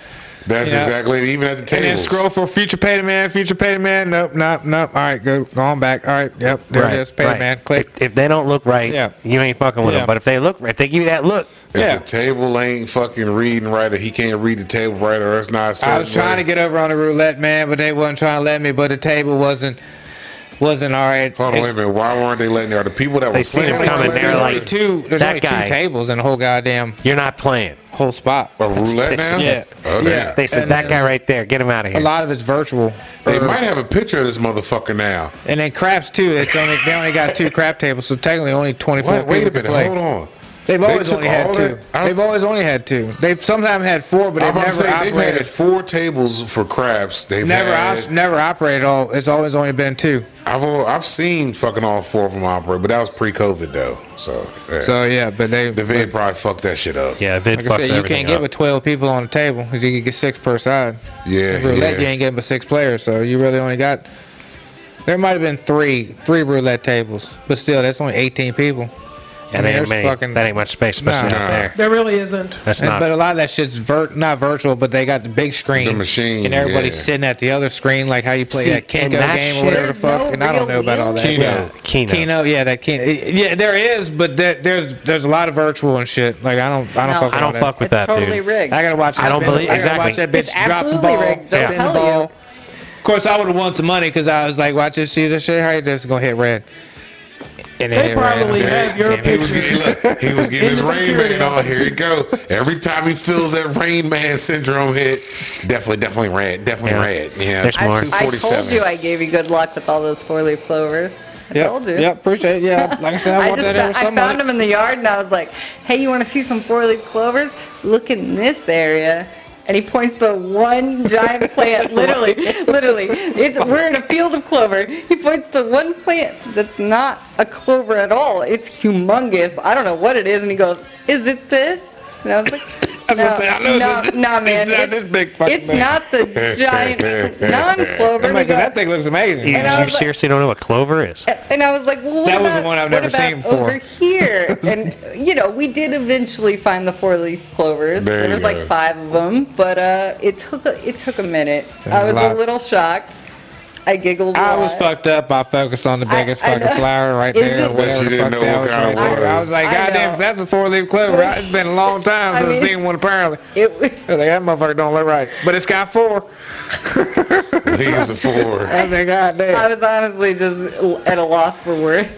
Speaker 2: That's
Speaker 5: Yeah.
Speaker 2: exactly it. Even at the
Speaker 5: And then
Speaker 2: table.
Speaker 5: scroll for future pay the man, future pay the man. Nope, nope, nope. All right, go, go on back. All right, yep, there
Speaker 1: Right,
Speaker 5: it is. Pay
Speaker 1: right.
Speaker 5: the man, click.
Speaker 1: If, if they don't look right,
Speaker 5: Yeah.
Speaker 1: you ain't fucking with
Speaker 5: Yeah.
Speaker 1: them. But if they look, if they give you that look,
Speaker 2: If
Speaker 5: Yeah.
Speaker 2: the table ain't fucking reading right, or he can't read the table right, or it's not. a
Speaker 5: I was
Speaker 2: certain
Speaker 5: trying to
Speaker 2: way-
Speaker 5: get over on the roulette, man, but they wasn't trying to let me. But the table wasn't wasn't all right.
Speaker 2: Hold on, wait a minute. Why weren't they letting? Are the people that
Speaker 1: They
Speaker 2: were
Speaker 1: seen him
Speaker 2: playing
Speaker 1: coming,
Speaker 2: were
Speaker 1: they were
Speaker 5: There's
Speaker 1: like,
Speaker 5: only two. There's
Speaker 1: that
Speaker 5: only
Speaker 1: guy.
Speaker 5: two tables in the whole goddamn
Speaker 1: you're not playing.
Speaker 5: whole spot.
Speaker 2: a roulette
Speaker 1: That's-
Speaker 2: now? Oh,
Speaker 5: Yeah,
Speaker 2: Okay.
Speaker 5: yeah.
Speaker 1: They said
Speaker 5: And
Speaker 1: that
Speaker 5: then-
Speaker 1: guy right there, get him out of
Speaker 5: A
Speaker 1: here.
Speaker 5: lot of it's virtual.
Speaker 2: They
Speaker 5: Or-
Speaker 2: might have a picture of this motherfucker now.
Speaker 5: And then craps too. It's only they only got two crap tables, so technically only twenty four
Speaker 2: What?
Speaker 5: people
Speaker 2: Wait a
Speaker 5: can
Speaker 2: minute.
Speaker 5: play.
Speaker 2: Hold on.
Speaker 5: They've always
Speaker 2: took
Speaker 5: only had
Speaker 2: all
Speaker 5: two.
Speaker 2: that- I-
Speaker 5: they've always only had two. They've sometimes had four, but they've
Speaker 2: I'm about to
Speaker 5: never
Speaker 2: say they've
Speaker 5: operated.
Speaker 2: had four tables for craps. They've
Speaker 5: never,
Speaker 2: had,
Speaker 5: op- never operated all. It's always only been two.
Speaker 2: I've al- I've seen fucking all four of them operate, but that was pre-COVID though. So, yeah.
Speaker 5: So yeah, but they.
Speaker 2: the vid probably fucked that shit up.
Speaker 1: Yeah, vid
Speaker 5: Like
Speaker 1: fucks
Speaker 5: I said, you
Speaker 1: everything
Speaker 5: can't get
Speaker 1: up.
Speaker 5: with 12 people on the table 'cause you can get six per side.
Speaker 2: Yeah,
Speaker 5: With roulette,
Speaker 2: yeah.
Speaker 5: you ain't getting but six players, so you really only got. There might have been three three roulette tables, but still, that's only 18 people.
Speaker 1: and
Speaker 5: mean,
Speaker 1: ain't
Speaker 5: there's
Speaker 1: many, that ain't much space, especially
Speaker 5: Nah.
Speaker 1: out there.
Speaker 3: There really isn't.
Speaker 1: That's
Speaker 5: And-
Speaker 1: not.
Speaker 5: but a lot of that shit's vir- not virtual, but they got the big screen,
Speaker 2: The machine,
Speaker 5: and everybody's
Speaker 2: yeah.
Speaker 5: sitting at the other screen, like how you play
Speaker 1: See,
Speaker 5: that Kinko
Speaker 1: and that
Speaker 5: game
Speaker 1: shit-
Speaker 5: or whatever the
Speaker 4: There's
Speaker 5: fuck.
Speaker 4: no
Speaker 5: and I don't
Speaker 4: real
Speaker 5: know about all that.
Speaker 2: Keno.
Speaker 5: Yeah.
Speaker 1: Keno.
Speaker 5: Keno, yeah, that Keno. Yeah, there is, but there, there's there's a lot of virtual and shit. Like I don't, I don't
Speaker 4: No.
Speaker 5: fuck.
Speaker 1: I don't
Speaker 5: with
Speaker 1: fuck with that,
Speaker 4: It's totally
Speaker 1: dude.
Speaker 5: That.
Speaker 4: rigged.
Speaker 5: I gotta watch.
Speaker 1: I
Speaker 5: this
Speaker 1: don't
Speaker 5: bitch-
Speaker 1: believe-
Speaker 5: I gotta watch
Speaker 1: exactly.
Speaker 5: that bitch
Speaker 4: It's
Speaker 5: drop the
Speaker 4: absolutely
Speaker 5: ball.
Speaker 4: rigged. They'll
Speaker 5: spin the
Speaker 4: tell you.
Speaker 5: ball. Of course, I would have won some money because I was like, watch this shit. This shit, how you just gonna hit red? And it
Speaker 3: They
Speaker 5: hit
Speaker 3: probably
Speaker 5: red.
Speaker 3: have your
Speaker 2: He was,
Speaker 3: picture.
Speaker 2: getting- look, he was getting
Speaker 3: In
Speaker 2: his
Speaker 3: the
Speaker 2: Rain
Speaker 3: security
Speaker 2: Man on. Here it go. Every time he feels that Rain Man syndrome hit, definitely, definitely red, definitely
Speaker 1: Yeah.
Speaker 2: red. Yeah,
Speaker 1: There's more.
Speaker 4: I, I told
Speaker 2: 247.
Speaker 4: you I gave you good luck with all those four leaf clovers. I
Speaker 5: Yep,
Speaker 4: told you.
Speaker 5: Yep, appreciate it. Yeah, like I said, I,
Speaker 4: I
Speaker 5: want
Speaker 4: just
Speaker 5: that
Speaker 4: fo-
Speaker 5: every
Speaker 4: I
Speaker 5: summer.
Speaker 4: found them in the yard and I was like, "Hey, you want to see some four-leaf clovers? Look in this area." And he points to one giant plant. Literally, literally, it's we're in a field of clover. He points to one plant that's not a clover at all. It's humongous. I don't know what it is. And he goes, "Is it this?" And I was like.
Speaker 5: That's
Speaker 4: no,
Speaker 5: what I'm saying. I know
Speaker 4: no,
Speaker 5: it's-
Speaker 4: no,
Speaker 5: it's
Speaker 4: man.
Speaker 5: not this big fucking
Speaker 4: it's
Speaker 5: thing."
Speaker 4: not the giant non-clover.
Speaker 5: I'm
Speaker 4: And he
Speaker 5: like, 'cause
Speaker 4: goes-
Speaker 5: that thing looks amazing.
Speaker 1: you
Speaker 4: and I
Speaker 1: you
Speaker 4: was like-
Speaker 1: seriously don't know what clover is?
Speaker 4: and I was like, well, what
Speaker 5: That
Speaker 4: about,
Speaker 5: was the one I've
Speaker 4: what
Speaker 5: never
Speaker 4: about
Speaker 5: seen
Speaker 4: over
Speaker 5: before.
Speaker 4: here? and you know, we did eventually find the four-leaf clovers.
Speaker 2: There
Speaker 4: There,
Speaker 2: you
Speaker 4: was
Speaker 2: go.
Speaker 4: like five of them, but uh, it took a, it took a minute. I
Speaker 5: a
Speaker 4: was a
Speaker 5: lot.
Speaker 4: little shocked. I giggled. a
Speaker 5: I was
Speaker 4: lot.
Speaker 5: fucked up. I focused on the
Speaker 4: I-
Speaker 5: biggest
Speaker 4: I
Speaker 5: fucking
Speaker 4: know.
Speaker 5: flower right
Speaker 4: Is
Speaker 5: there.
Speaker 4: it-
Speaker 5: Or
Speaker 4: But
Speaker 5: whatever
Speaker 2: you
Speaker 5: the
Speaker 2: didn't
Speaker 5: fuck
Speaker 2: know
Speaker 5: that
Speaker 2: what
Speaker 5: was
Speaker 2: kind
Speaker 5: right
Speaker 2: of
Speaker 5: there. I
Speaker 2: was.
Speaker 5: was like,
Speaker 4: I know.
Speaker 5: goddamn, if that's a four leaf clover.
Speaker 4: I
Speaker 5: It's been a long time since I've
Speaker 4: mean-
Speaker 5: seen one, apparently.
Speaker 4: It,
Speaker 5: I was like, that motherfucker don't look right. But it's got four.
Speaker 2: He is a four.
Speaker 5: I was like, goddamn.
Speaker 4: I was honestly just at a loss for words.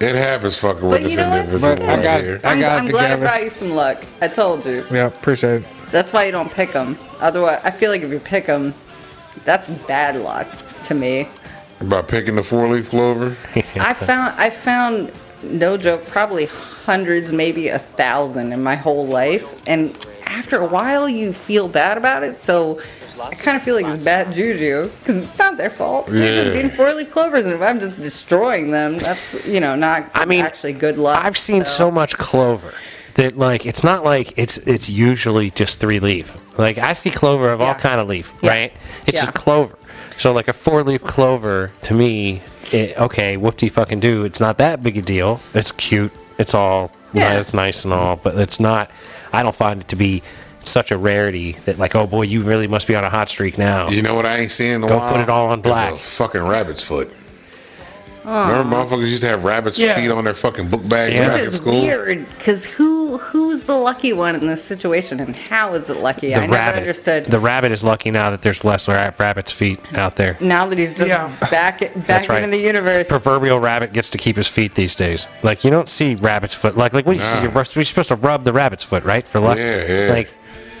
Speaker 2: It happens fucking with
Speaker 4: But
Speaker 2: this
Speaker 4: you know what?
Speaker 2: individual
Speaker 5: But I
Speaker 2: right
Speaker 5: got-
Speaker 2: here.
Speaker 5: I
Speaker 4: I'm,
Speaker 5: got it
Speaker 4: I'm glad I
Speaker 5: together.
Speaker 4: brought you some luck. I told you.
Speaker 5: Yeah, appreciate it.
Speaker 4: That's why you don't pick them. Otherwise, I feel like if you pick them, that's bad luck to me.
Speaker 2: By picking the four leaf clover.
Speaker 4: I found I found no joke probably hundreds, maybe a thousand in my whole life, and after a while you feel bad about it. So I kind of feel like it's bad juju because it's not their fault. They're
Speaker 2: Yeah.
Speaker 4: just being four leaf clovers, and if I'm just destroying them, that's you know not
Speaker 1: I mean,
Speaker 4: actually good luck.
Speaker 1: I've seen so, much clover that like it's not like it's it's usually just three leaf. Like I see clover of all
Speaker 4: Yeah.
Speaker 1: kind of leaf,
Speaker 4: Yeah.
Speaker 1: right? It's
Speaker 4: Yeah.
Speaker 1: just clover. So like a four leaf clover to me, it, okay, whoop de fucking do. It's not that big a deal. It's cute. It's all yeah.
Speaker 4: Yeah.
Speaker 1: it's nice and all, but it's not. I don't find it to be such a rarity that like oh boy, you really must be on a hot streak now.
Speaker 2: You know what I ain't seeing in a
Speaker 1: Go
Speaker 2: while?
Speaker 1: put it all on
Speaker 2: It's a
Speaker 1: black.
Speaker 2: fucking rabbit's foot.
Speaker 4: Oh.
Speaker 2: Remember, motherfuckers used to have rabbit's
Speaker 3: Yeah.
Speaker 2: feet on their fucking book bags
Speaker 1: Yeah.
Speaker 2: back
Speaker 4: Which
Speaker 2: at
Speaker 4: is
Speaker 2: school.
Speaker 4: weird because who who's the lucky one in this situation, and how is it lucky?
Speaker 1: The
Speaker 4: I never
Speaker 1: rabbit,
Speaker 4: understood.
Speaker 1: the rabbit is lucky now that there's less ra- rabbit's feet out there.
Speaker 4: now that he's just
Speaker 3: Yeah.
Speaker 4: back back
Speaker 1: That's right.
Speaker 4: into the universe,
Speaker 1: proverbial rabbit gets to keep his feet these days. Like you don't see rabbit's foot. Like like what do you
Speaker 2: Nah.
Speaker 1: see? You're, rust- you're supposed to rub the rabbit's foot, right? For luck.
Speaker 2: Yeah, yeah.
Speaker 1: Like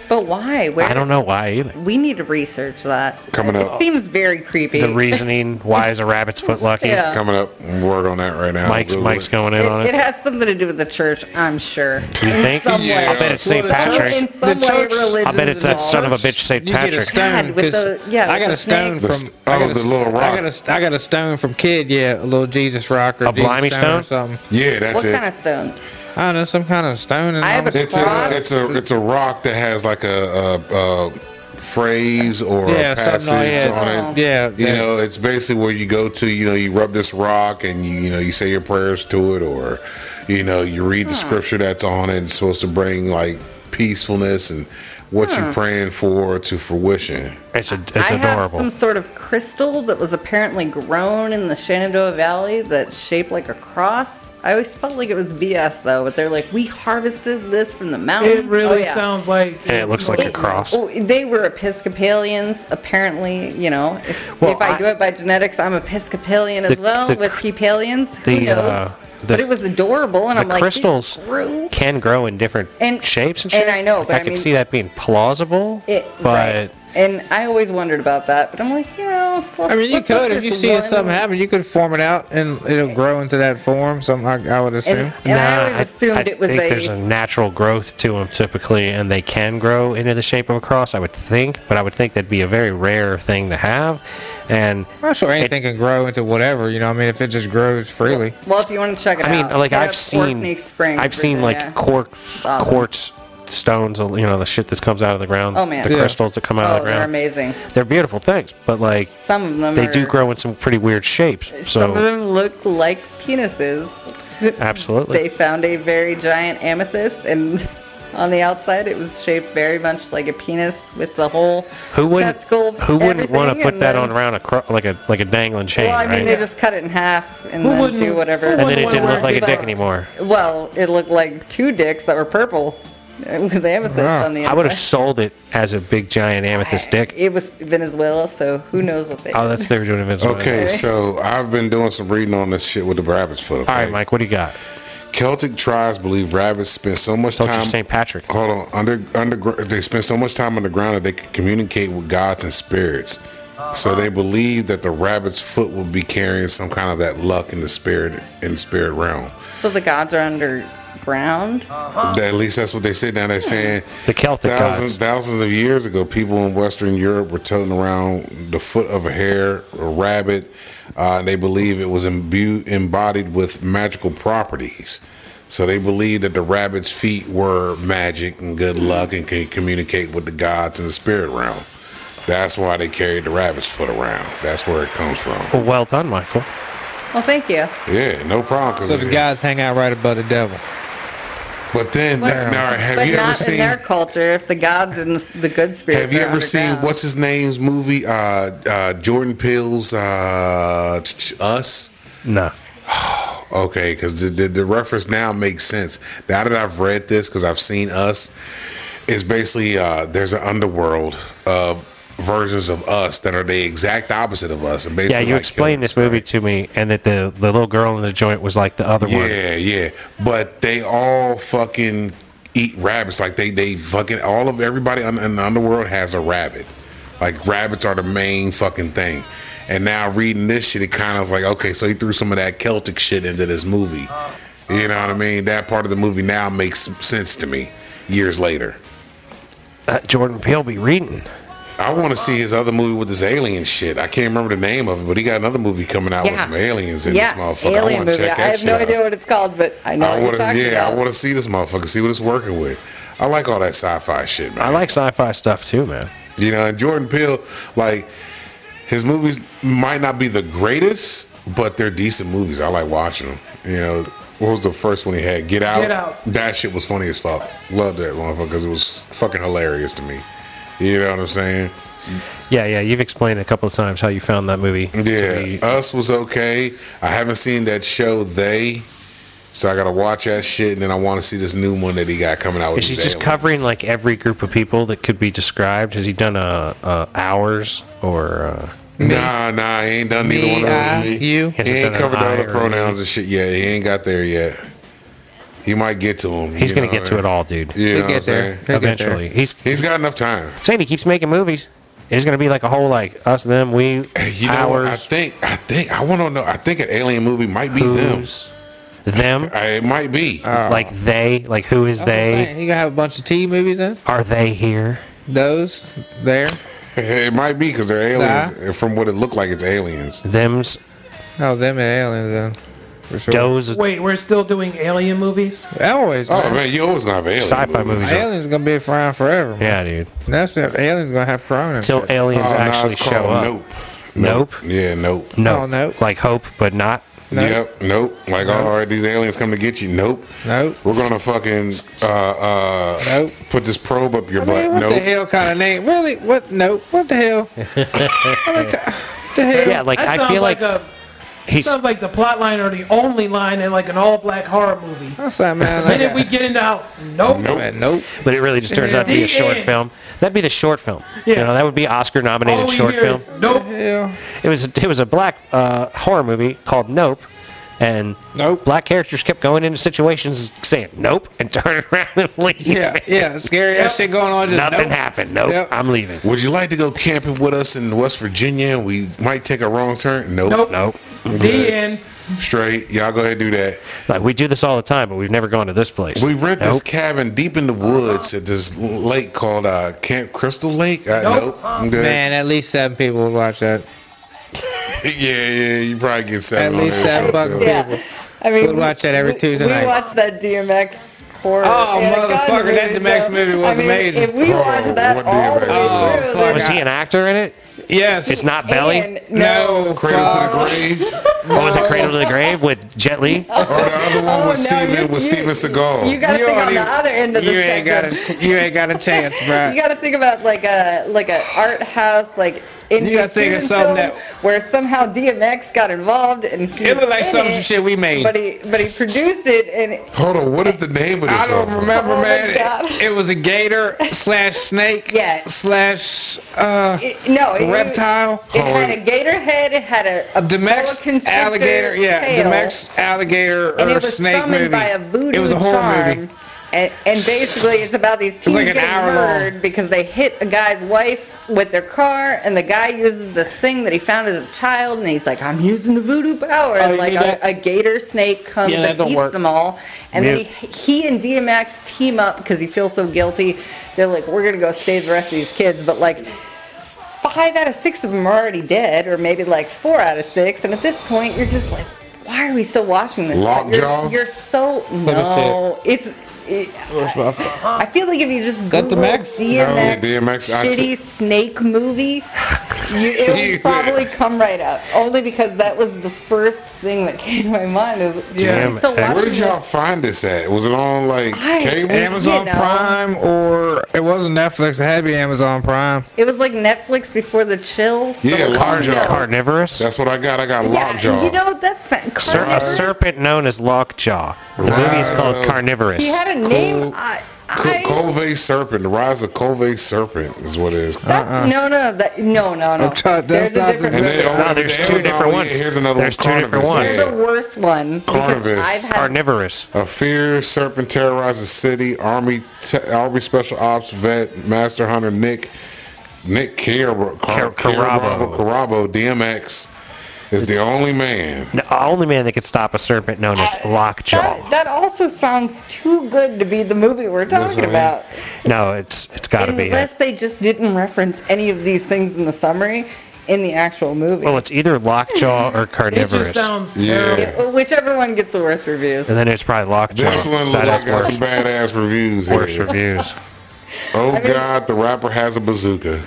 Speaker 4: but why? Where
Speaker 1: I don't know why either.
Speaker 4: We need to research that.
Speaker 2: Coming
Speaker 4: it
Speaker 2: up.
Speaker 4: seems very creepy.
Speaker 1: The reasoning why is a rabbit's foot lucky?
Speaker 4: Yeah.
Speaker 2: Coming up, word on that right now.
Speaker 1: Mike's
Speaker 2: Google
Speaker 1: Mike's
Speaker 2: it.
Speaker 1: going in on
Speaker 4: it,
Speaker 1: it.
Speaker 4: it has something to do with the church, I'm sure.
Speaker 1: you think?
Speaker 4: Some way.
Speaker 1: I bet it's St.
Speaker 3: Well, the
Speaker 4: In
Speaker 1: Patrick.
Speaker 4: some
Speaker 5: The
Speaker 4: way,
Speaker 5: church-
Speaker 4: religion.
Speaker 1: I bet it's that son of a bitch St.
Speaker 5: You get a
Speaker 1: Patrick.
Speaker 5: stone.
Speaker 4: God, with
Speaker 5: 'cause
Speaker 4: the- yeah,
Speaker 5: I
Speaker 4: with
Speaker 5: got
Speaker 4: the
Speaker 5: a stone
Speaker 4: snakes.
Speaker 2: The
Speaker 5: from.
Speaker 2: st-
Speaker 5: I
Speaker 2: oh,
Speaker 5: got a,
Speaker 2: the little
Speaker 5: I
Speaker 2: rock.
Speaker 5: got, a st- I got a stone from kid. Yeah, a little Jesus rock or
Speaker 1: A
Speaker 5: Jesus
Speaker 1: blimey
Speaker 5: or
Speaker 1: stone?
Speaker 5: something.
Speaker 2: Yeah, that's
Speaker 4: What
Speaker 2: it.
Speaker 4: kind of stone?
Speaker 5: I don't know, some kind of stone. And
Speaker 4: I have
Speaker 5: all
Speaker 4: a
Speaker 5: this-
Speaker 2: It's a it's a it's a rock that has like a, a, a phrase or
Speaker 5: Yeah,
Speaker 2: a
Speaker 5: something like
Speaker 2: passage
Speaker 5: that.
Speaker 2: on it.
Speaker 5: Yeah,
Speaker 2: you
Speaker 5: that-
Speaker 2: know, it's basically where you go to. You know, you rub this rock and you you know you say your prayers to it, or you know you read the scripture that's on it. It's supposed to bring like peacefulness and what you're praying for to fruition.
Speaker 1: It's a, it's
Speaker 4: I have
Speaker 1: adorable.
Speaker 4: some sort of crystal that was apparently grown in the Shenandoah Valley that's shaped like a cross. I always felt like it was BS though, but they're like, we harvested this from the mountain.
Speaker 3: It really
Speaker 4: Oh, yeah.
Speaker 3: sounds like
Speaker 1: And it looks like a cross.
Speaker 4: Oh, they were Episcopalians, apparently. You know, if,
Speaker 1: Well,
Speaker 4: if I,
Speaker 1: I-
Speaker 4: do it by genetics, I'm Episcopalian as
Speaker 1: The-
Speaker 4: well.
Speaker 1: the cr-
Speaker 4: Episcopalians,
Speaker 1: the,
Speaker 4: who knows?
Speaker 1: uh,
Speaker 4: but
Speaker 1: the-
Speaker 4: it was adorable, and
Speaker 1: The
Speaker 4: I'm like,
Speaker 1: crystals
Speaker 4: This is true.
Speaker 1: can grow in different
Speaker 4: And-
Speaker 1: shapes and shit.
Speaker 4: and I know,
Speaker 1: Like,
Speaker 4: but
Speaker 1: I,
Speaker 4: I
Speaker 1: can
Speaker 4: mean-
Speaker 1: see that being plausible.
Speaker 4: It-
Speaker 1: but
Speaker 4: right. And I always wondered about that, but I'm like, you know,
Speaker 5: I mean, you could if you see it something happen, you could form it out and it'll grow into that form. Some I, I would assume.
Speaker 4: And, and I always assumed it was
Speaker 1: think
Speaker 4: a.
Speaker 1: there's a natural growth to them typically, and they can grow into the shape of a cross. I would think, but I would think that'd be a very rare thing to have. And
Speaker 5: I'm not sure anything can grow into whatever. You know, what I mean, if it just grows freely.
Speaker 4: well, if you want to check it
Speaker 1: I
Speaker 4: out,
Speaker 1: mean, like
Speaker 4: they're
Speaker 1: I've
Speaker 4: at
Speaker 1: seen,
Speaker 4: Orkney Springs,
Speaker 1: I've seen like
Speaker 4: Virginia.
Speaker 1: quartz,
Speaker 4: Awesome.
Speaker 1: quartz stones. You know, the shit that comes out of the ground.
Speaker 4: Oh, man.
Speaker 1: the
Speaker 4: Yeah.
Speaker 1: crystals that come out of
Speaker 4: Oh,
Speaker 1: the
Speaker 4: they're
Speaker 1: ground.
Speaker 4: amazing.
Speaker 1: They're beautiful things, but like
Speaker 4: Some of them
Speaker 1: they
Speaker 4: are,
Speaker 1: do grow in some pretty weird shapes.
Speaker 4: Some of
Speaker 1: So
Speaker 4: them look like penises. They
Speaker 1: absolutely,
Speaker 4: found a very giant amethyst, and on the outside, it was shaped very much like a penis with the whole
Speaker 1: who wouldn't
Speaker 4: testicle.
Speaker 1: who wouldn't want
Speaker 4: everything,
Speaker 1: to put
Speaker 4: and
Speaker 1: that
Speaker 4: then-
Speaker 1: on around a cro- like a like a dangling chain,
Speaker 4: Well, I mean,
Speaker 1: right?
Speaker 4: they just cut it in half and
Speaker 3: Who
Speaker 4: then
Speaker 3: wouldn't-
Speaker 4: do whatever.
Speaker 3: who
Speaker 1: and then it
Speaker 3: Wouldn't
Speaker 1: didn't
Speaker 3: wanna
Speaker 1: look like a
Speaker 4: worry
Speaker 1: dick
Speaker 4: about-
Speaker 1: anymore.
Speaker 4: Well, it looked like two dicks that were purple. uh, with amethyst
Speaker 5: Wow.
Speaker 4: on
Speaker 1: I
Speaker 4: the inside.
Speaker 1: would have sold it as a big giant amethyst dick.
Speaker 4: It was Venezuela, so who knows what they.
Speaker 1: Oh, that's they were doing in Venezuela.
Speaker 2: Okay, so I've been doing some reading on this shit with the rabbits for the
Speaker 1: All right, Mike, what do you got?
Speaker 2: Celtic tribes believe rabbits spend so much
Speaker 1: Told you
Speaker 2: time.
Speaker 1: St. Patrick.
Speaker 2: Hold on, under underground, they spend so much time underground that they could communicate with gods and spirits. So they believe that the rabbit's foot will be carrying some kind of that luck in the spirit in the spirit realm.
Speaker 4: so the gods are underground.
Speaker 2: That- at least that's what they said. Now they're saying
Speaker 1: The Celtic gods.
Speaker 2: thousands, thousands of years ago, people in Western Europe were toting around the foot of a hare, a rabbit. Uh, they believe it was imbued, embodied with magical properties. So they believed that the rabbit's feet were magic and
Speaker 4: Mm-hmm.
Speaker 2: good luck and can communicate with the gods in the spirit realm. That's why they carried the rabbit's foot around. That's where it comes from.
Speaker 4: Oh.
Speaker 1: Well, well done, Michael.
Speaker 4: Well, thank you.
Speaker 2: Yeah, no problem.
Speaker 5: So the
Speaker 2: 'cause-
Speaker 5: guys hang out right above the devil.
Speaker 2: but then, now, now, have
Speaker 4: but
Speaker 2: you ever
Speaker 4: not in
Speaker 2: seen?
Speaker 4: their culture. If the gods and the, the good spirits.
Speaker 2: Have you
Speaker 4: are
Speaker 2: ever seen
Speaker 4: underground.
Speaker 2: what's his name's movie? Uh, uh, Jordan Peele's uh, t- t- Us.
Speaker 1: No.
Speaker 2: Okay, because the, the, the reference now makes sense. Now that I've read this, because I've seen Us, it's basically uh, there's an underworld of versions of us that are the exact opposite of us. And
Speaker 1: Yeah,
Speaker 2: basically,
Speaker 1: you
Speaker 2: like
Speaker 1: explained
Speaker 2: killers,
Speaker 1: this movie
Speaker 2: right?
Speaker 1: to me, and that the, the little girl in the joint was like the other one.
Speaker 2: Yeah, yeah. But they all fucking eat rabbits. Like they they fucking all of everybody in in the underworld has a rabbit. Like rabbits are the main fucking thing. And now reading this shit, it kind of was like, okay, so he threw some of that Celtic shit into this movie. You know what I mean? That part of the movie now makes sense to me years later.
Speaker 1: Uh, Jordan Peele be reading.
Speaker 2: I want to see his other movie with this alien shit. I can't remember the name of it, but he got another movie coming out with
Speaker 4: Yeah.
Speaker 2: some aliens in
Speaker 4: yeah,
Speaker 2: this motherfucker. I
Speaker 4: alien
Speaker 2: want to
Speaker 4: movie.
Speaker 2: check that
Speaker 4: I have
Speaker 2: shit
Speaker 4: no
Speaker 2: out.
Speaker 4: idea what it's called, but I know
Speaker 2: I want
Speaker 4: what you're
Speaker 2: to,
Speaker 4: talking
Speaker 2: yeah, I
Speaker 4: about.
Speaker 2: want to see this motherfucker, see what it's working with. I like all that sci-fi shit, man.
Speaker 1: I like sci-fi stuff too, man.
Speaker 2: you know, and Jordan Peele, like his movies might not be the greatest, but they're decent movies. I like watching them. You know, what was the first one he had? Get Out.
Speaker 3: Get Out.
Speaker 2: That shit was funny as fuck. Loved that motherfucker because it was fucking hilarious to me. You know what I'm saying?
Speaker 1: Yeah, yeah. You've explained a couple of times how you found that movie. to
Speaker 2: Yeah, Oh,
Speaker 1: be-
Speaker 2: Us was okay. I haven't seen that show They, so I gotta watch that shit, and then I want to see this new one that he got coming out. with
Speaker 1: Is he
Speaker 2: these
Speaker 1: just
Speaker 2: aliens.
Speaker 1: covering like every group of people that could be described? Has he done uh, uh, hours or? Uh,
Speaker 2: Nah, nah, he ain't done neither one of
Speaker 5: I,
Speaker 2: those.
Speaker 5: you.
Speaker 2: He ain't
Speaker 1: done an
Speaker 2: covered the
Speaker 1: I
Speaker 2: other
Speaker 1: or-
Speaker 2: pronouns and shit yet. He ain't got there yet. He might get to them.
Speaker 1: He's
Speaker 2: you
Speaker 1: gonna
Speaker 2: know uh,
Speaker 1: get to
Speaker 2: what
Speaker 1: it all, dude.
Speaker 2: I mean? You know
Speaker 5: He'll
Speaker 2: what I'm
Speaker 5: get there.
Speaker 2: saying?
Speaker 5: He'll get there.
Speaker 1: Eventually, he's
Speaker 2: He's got enough time.
Speaker 1: saying he keeps making movies. It's gonna be like a whole like us, them, we,
Speaker 2: You know, what? I
Speaker 1: ours,
Speaker 2: think, I think, I want to know. I think an alien movie might be
Speaker 1: whose, them,
Speaker 2: them. I, it might be.
Speaker 5: Uh,
Speaker 1: like they, like who is they?
Speaker 5: You gonna have a bunch of T movies in
Speaker 1: Are they here?
Speaker 5: those there?
Speaker 2: it might be because they're aliens.
Speaker 5: Nah.
Speaker 2: From what it looked like, it's aliens.
Speaker 1: Them's
Speaker 5: Oh, them and aliens then, for sure.
Speaker 1: those
Speaker 3: Wait, we're still doing alien movies?
Speaker 5: Always.
Speaker 2: Oh
Speaker 5: man.
Speaker 2: man, you always gonna have alien
Speaker 1: sci-fi
Speaker 2: movies.
Speaker 1: movies.
Speaker 5: Aliens gonna be around forever. Man.
Speaker 1: Yeah, dude.
Speaker 5: That's if aliens gonna have Corona. and
Speaker 1: Till
Speaker 5: shit.
Speaker 2: Oh,
Speaker 1: aliens
Speaker 2: nah,
Speaker 1: actually
Speaker 2: it's
Speaker 1: show
Speaker 2: called
Speaker 1: up.
Speaker 2: Nope.
Speaker 1: Nope.
Speaker 2: Yeah, nope.
Speaker 1: No,
Speaker 5: Oh, nope.
Speaker 1: Like hope, but not.
Speaker 5: No.
Speaker 2: Yep. Nope. Like, all right, these aliens come to get you. Nope.
Speaker 5: Nope.
Speaker 2: We're gonna fucking uh, uh,
Speaker 5: Nope.
Speaker 2: put this probe up your
Speaker 5: I mean,
Speaker 2: butt.
Speaker 5: what the
Speaker 2: Nope.
Speaker 5: hell kind of name? Really? What? Nope. What the hell? I mean, ca- the hell?
Speaker 1: Yeah, like
Speaker 3: That
Speaker 1: I
Speaker 3: sounds
Speaker 1: feel like,
Speaker 3: like, a
Speaker 1: he's
Speaker 3: sounds like the plot line or the only line in like an all black horror movie.
Speaker 5: That's that man.
Speaker 3: And
Speaker 5: Like
Speaker 3: if we get into house, nope.
Speaker 2: Nope.
Speaker 5: Man, nope.
Speaker 1: but it really just turns out to be a
Speaker 3: The
Speaker 1: short
Speaker 3: end.
Speaker 1: film. That'd be the short film. You
Speaker 3: Yeah.
Speaker 1: know, that would be Oscar
Speaker 3: All
Speaker 1: nominated
Speaker 3: we
Speaker 1: short
Speaker 3: hear
Speaker 1: film.
Speaker 3: is nope.
Speaker 5: Hell.
Speaker 1: It was it was a black uh, horror movie called Nope And
Speaker 5: Nope.
Speaker 1: black characters kept going into situations saying nope and turning around and leaving.
Speaker 5: Yeah, yeah, scary ass shit going on. Just
Speaker 1: Nothing
Speaker 5: nope.
Speaker 1: happened. Nope.
Speaker 5: Yep.
Speaker 1: I'm leaving.
Speaker 2: Would you like to go camping with us in West Virginia? and We might take a wrong turn. Nope.
Speaker 3: Nope.
Speaker 1: Nope.
Speaker 3: The end.
Speaker 2: Straight. Y'all go ahead and do that.
Speaker 1: Like we do this all the time, but we've never gone to this place.
Speaker 2: We rent this
Speaker 1: Nope.
Speaker 2: cabin deep in the woods at this l- lake called uh, Camp Crystal Lake. Uh,
Speaker 3: Nope.
Speaker 2: nope. I'm good.
Speaker 5: Man, at least seven people would watch that.
Speaker 2: yeah, yeah. You probably get
Speaker 5: At
Speaker 2: seven. on
Speaker 5: least
Speaker 2: that show,
Speaker 5: seven fucking
Speaker 2: Phil.
Speaker 4: Yeah.
Speaker 5: people.
Speaker 4: I mean,
Speaker 5: We'd watch that every
Speaker 4: we-
Speaker 5: Tuesday
Speaker 4: we
Speaker 5: night.
Speaker 4: watched that DMX horror.
Speaker 5: Oh,
Speaker 4: and a gun
Speaker 5: motherfucker, that
Speaker 4: movie,
Speaker 5: DMX
Speaker 4: so-
Speaker 5: movie was
Speaker 4: I mean,
Speaker 5: amazing.
Speaker 4: If we
Speaker 2: Oh,
Speaker 4: watched that
Speaker 2: what
Speaker 4: all the
Speaker 2: DMX
Speaker 4: way
Speaker 5: movie?
Speaker 4: through, there
Speaker 5: Oh, fuck.
Speaker 1: Was he an actor in it?
Speaker 5: Yes.
Speaker 1: It's not Belly.
Speaker 4: and
Speaker 5: no.
Speaker 2: Cradle
Speaker 5: fuck.
Speaker 2: to the grave.
Speaker 1: What was it, Cradle to the Grave with Jet Li?
Speaker 2: Or the other one
Speaker 4: Oh,
Speaker 2: with
Speaker 4: no,
Speaker 2: Steven
Speaker 4: you-
Speaker 2: with
Speaker 4: you-
Speaker 2: Steven Seagal.
Speaker 4: You gotta
Speaker 5: You
Speaker 4: think on
Speaker 5: already-
Speaker 4: the other end of the
Speaker 5: you ain't got
Speaker 4: spectrum.
Speaker 5: a you ain't got a chance, bro.
Speaker 4: you gotta think about like a like a art house like indie
Speaker 5: You gotta think
Speaker 4: student
Speaker 5: of something
Speaker 4: film
Speaker 5: that-
Speaker 4: where somemex DMX got involved and he
Speaker 5: It
Speaker 4: was
Speaker 5: looked like
Speaker 4: in
Speaker 5: some
Speaker 4: it,
Speaker 5: shit we made.
Speaker 4: But he but he produced it and
Speaker 2: Hold on, what is the name of this?
Speaker 5: I don't
Speaker 2: one?
Speaker 5: remember,
Speaker 4: Oh my
Speaker 5: man.
Speaker 4: God.
Speaker 5: It, it was a gator slash snake
Speaker 4: Yeah.
Speaker 5: slash uh,
Speaker 4: it, no it,
Speaker 5: reptile.
Speaker 4: It had a gator head. It had a, a boa
Speaker 5: Demex
Speaker 4: constrictor
Speaker 5: alligator, yeah,
Speaker 4: tail,
Speaker 5: Demex alligator or
Speaker 4: and it was
Speaker 5: snake
Speaker 4: summoned
Speaker 5: movie.
Speaker 4: by a voodoo
Speaker 5: it was a horror
Speaker 4: charm.
Speaker 5: movie.
Speaker 4: And, and basically, it's about these teens
Speaker 5: like an
Speaker 4: getting
Speaker 5: hour long.
Speaker 4: murdered because they hit a guy's wife with their car, and the guy uses this thing that he found as a child, and he's like, "I'm using the voodoo power," and
Speaker 5: Oh, you
Speaker 4: like
Speaker 5: need
Speaker 4: a,
Speaker 5: that?
Speaker 4: a gator snake comes
Speaker 5: Yeah, that
Speaker 4: and
Speaker 5: don't
Speaker 4: eats
Speaker 5: work.
Speaker 4: them all, and
Speaker 1: Nope.
Speaker 4: then he, he and DMX team up because he feels so guilty. They're like, "We're gonna go save the rest of these kids," but like five out of six of them are already dead, or maybe like four out of six. And at this point, you're just like, why are we still watching this? Like,
Speaker 2: Lockjaw?
Speaker 4: You're, you're so no. It's. It, I feel like if you just
Speaker 5: that
Speaker 4: Google
Speaker 5: DMX?
Speaker 4: DMX,
Speaker 2: No. DMX, I
Speaker 4: shitty
Speaker 2: see-
Speaker 4: snake movie, you, it'll
Speaker 2: Jesus.
Speaker 4: probably come right up. Only because that was the first thing that came to my mind. Is yeah,
Speaker 1: Damn
Speaker 4: I'm still
Speaker 1: it. Where
Speaker 4: watching
Speaker 2: Where did y'all
Speaker 4: this.
Speaker 2: find this at? Was it on like
Speaker 4: I-
Speaker 2: cable?
Speaker 4: You
Speaker 5: Amazon
Speaker 4: know.
Speaker 5: Prime or it wasn't Netflix. It had to be Amazon Prime.
Speaker 4: It was like Netflix before the chill. so
Speaker 2: Yeah,
Speaker 4: it
Speaker 2: Lockjaw.
Speaker 4: was-
Speaker 1: Carnivorous?
Speaker 2: That's what I got. I got
Speaker 4: Yeah,
Speaker 2: Lockjaw.
Speaker 4: you know that's
Speaker 5: uh,
Speaker 1: Ser- a
Speaker 4: carnivorous.
Speaker 1: serpent known as Lockjaw. The
Speaker 2: Wow.
Speaker 1: movie is called
Speaker 2: So-
Speaker 1: Carnivorous.
Speaker 4: He had a
Speaker 2: Cool.
Speaker 4: name. I,
Speaker 2: Co-
Speaker 4: I,
Speaker 2: Covey Serpent, the rise of Covey Serpent is what it is.
Speaker 1: Oh.
Speaker 4: that's no, no, that, no, no, no.
Speaker 5: Uh-uh. I'm try-
Speaker 4: There's
Speaker 5: that's
Speaker 4: a
Speaker 5: not
Speaker 4: different.
Speaker 5: the-
Speaker 2: And
Speaker 4: version.
Speaker 2: they
Speaker 1: No,
Speaker 2: over
Speaker 1: there's
Speaker 2: the
Speaker 1: two
Speaker 2: Amazon-
Speaker 1: different
Speaker 2: yeah,
Speaker 1: ones.
Speaker 2: Here's another
Speaker 1: There's
Speaker 2: one.
Speaker 1: two different
Speaker 2: Carnivorous,
Speaker 1: ones.
Speaker 4: There's
Speaker 2: yeah.
Speaker 4: a worse one. because
Speaker 2: Carnivorous.
Speaker 4: I've had-
Speaker 1: Carnivorous.
Speaker 2: A fierce serpent terrorizes city. Army te- Army Special Ops vet Master Hunter Nick Nick Carabo Car-
Speaker 1: Car- Carabo.
Speaker 2: Carabo Carabo DMX is the only man.
Speaker 1: The only man that could stop a serpent known as
Speaker 4: That,
Speaker 1: Lockjaw.
Speaker 4: Uh, that also sounds too good to be the movie we're talking
Speaker 2: Doesn't it?
Speaker 4: about.
Speaker 1: No, it's it's got to be. It.
Speaker 4: Unless they just didn't reference any of these things in the summary in the actual movie.
Speaker 1: Well, it's either Lockjaw or
Speaker 3: It just
Speaker 1: Carnivorous, and
Speaker 3: sounds
Speaker 2: Yeah.
Speaker 3: terrible.
Speaker 4: Yeah, well, whichever one gets the worst reviews.
Speaker 1: then it's probably Lockjaw.
Speaker 2: This one
Speaker 1: So
Speaker 2: look
Speaker 1: that
Speaker 2: like
Speaker 1: has
Speaker 2: got
Speaker 1: worse,
Speaker 2: some badass reviews.
Speaker 1: worse
Speaker 2: here.
Speaker 1: reviews.
Speaker 2: Oh God, the rapper has a bazooka.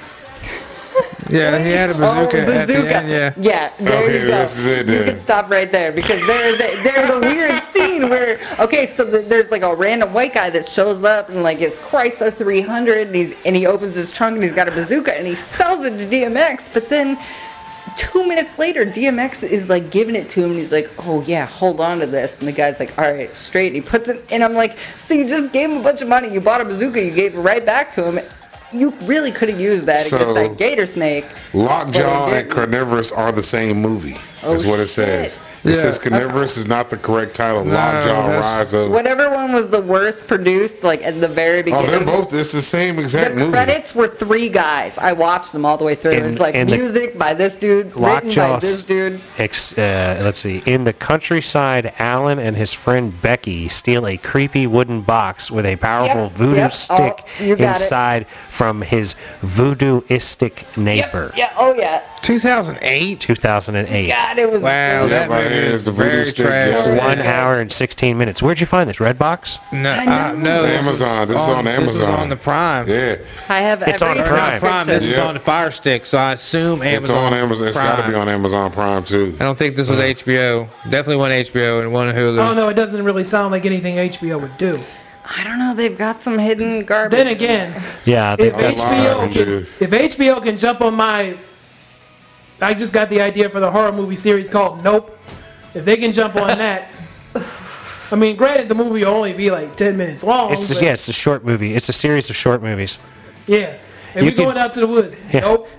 Speaker 5: Yeah, he had a bazooka.
Speaker 4: oh,
Speaker 5: at the
Speaker 4: bazooka.
Speaker 5: end, yeah.
Speaker 4: yeah, there
Speaker 2: Okay,
Speaker 4: you go.
Speaker 2: this is it
Speaker 4: you
Speaker 2: then.
Speaker 4: can stop right there because there's a, there's a weird scene where okay, so th- there's like a random white guy that shows up and like it's Chrysler 300 and he's and he opens his trunk and he's got a bazooka and he sells it to DMX, but then. Two minutes later, DMX is like giving it to him, and he's like, "Oh yeah, hold on to this." And the guy's like, "All right, straight." He puts it, and I'm like, "So you just gave him a bunch of money? You bought a bazooka? You gave it right back to him? You really could have used that
Speaker 2: So-
Speaker 4: against that gator snake."
Speaker 2: Lockjaw
Speaker 4: Well, it
Speaker 2: and Carnivorous are the same movie. That's
Speaker 4: Oh,
Speaker 2: what it
Speaker 4: shit.
Speaker 2: says. It
Speaker 5: Yeah.
Speaker 2: says Carnivorous is not the correct title. Lockjaw
Speaker 5: that's-
Speaker 2: Rise of.
Speaker 4: Whatever one was the worst produced, like at the very
Speaker 2: Oh,
Speaker 4: beginning.
Speaker 2: they're both. It's the same exact
Speaker 4: The
Speaker 2: movie.
Speaker 4: credits were three guys. I watched them all the way through.
Speaker 1: In-
Speaker 4: It's like
Speaker 1: in the-
Speaker 4: music by this dude, written by
Speaker 1: Lockjaw.
Speaker 4: this dude.
Speaker 1: Ex, uh, let's see. In the countryside, Alan and his friend Becky steal a creepy wooden box with a powerful
Speaker 4: Yep,
Speaker 1: voodoo
Speaker 4: yep, oh,
Speaker 1: stick
Speaker 4: you got it.
Speaker 1: inside from his voodooistic neighbor.
Speaker 4: Yeah, oh yeah.
Speaker 5: 2008.
Speaker 1: 2008.
Speaker 4: God, it was.
Speaker 5: Wow,
Speaker 2: Yeah,
Speaker 5: that
Speaker 2: my
Speaker 5: movie
Speaker 2: hands,
Speaker 5: is
Speaker 2: the voodoo
Speaker 5: very
Speaker 2: stick,
Speaker 5: trash.
Speaker 2: yeah.
Speaker 1: One hour and 16 minutes. Where'd you find this? Redbox?
Speaker 5: No, I no this was
Speaker 2: Amazon, this is on
Speaker 5: This was
Speaker 2: Amazon.
Speaker 5: on the Prime.
Speaker 2: Yeah,
Speaker 4: I have
Speaker 1: It's
Speaker 4: every
Speaker 1: on
Speaker 5: It's not
Speaker 1: Prime.
Speaker 5: Prime. This is
Speaker 2: Yeah.
Speaker 5: on the Fire Stick, so I assume Amazon.
Speaker 2: it's on Amazon. It's got to be on Amazon Prime too.
Speaker 5: I don't think this was HBO. Definitely one HBO and one Hulu.
Speaker 3: I don't know. Oh, It doesn't really sound like anything HBO would do.
Speaker 4: I don't know. They've got some hidden garbage.
Speaker 3: Then again,
Speaker 1: Yeah.
Speaker 3: if
Speaker 1: they-
Speaker 2: That's
Speaker 3: HBO
Speaker 2: live,
Speaker 3: can,
Speaker 2: dude.
Speaker 3: if HBO can jump on my, I just got the idea for the horror movie series called Nope. If they can jump on that, I mean, granted, the movie will only be like ten minutes long.
Speaker 1: It's
Speaker 3: but
Speaker 1: yeah, it's a short movie. It's a series of short movies.
Speaker 3: yeah. And
Speaker 1: You
Speaker 3: we going
Speaker 1: can-
Speaker 3: out to the woods.
Speaker 1: Yeah.
Speaker 3: Nope.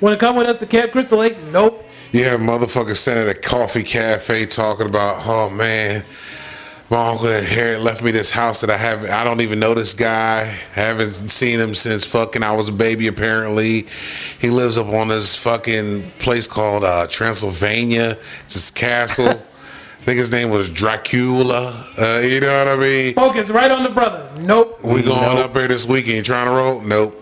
Speaker 3: Want to come with us to Camp Crystal Lake? Nope.
Speaker 2: You have motherfuckers sitting at a coffee cafe talking about, oh man, my uncle Harriet left me this house that I haven't, I don't even know this guy. haven't seen him since fucking I was a baby, apparently. He lives up on this fucking place called uh, Transylvania. It's his castle. I think his name was Dracula. Uh, you know what I mean?
Speaker 3: Focus right on the brother. Nope.
Speaker 2: We going up there this weekend trying to roll? Nope.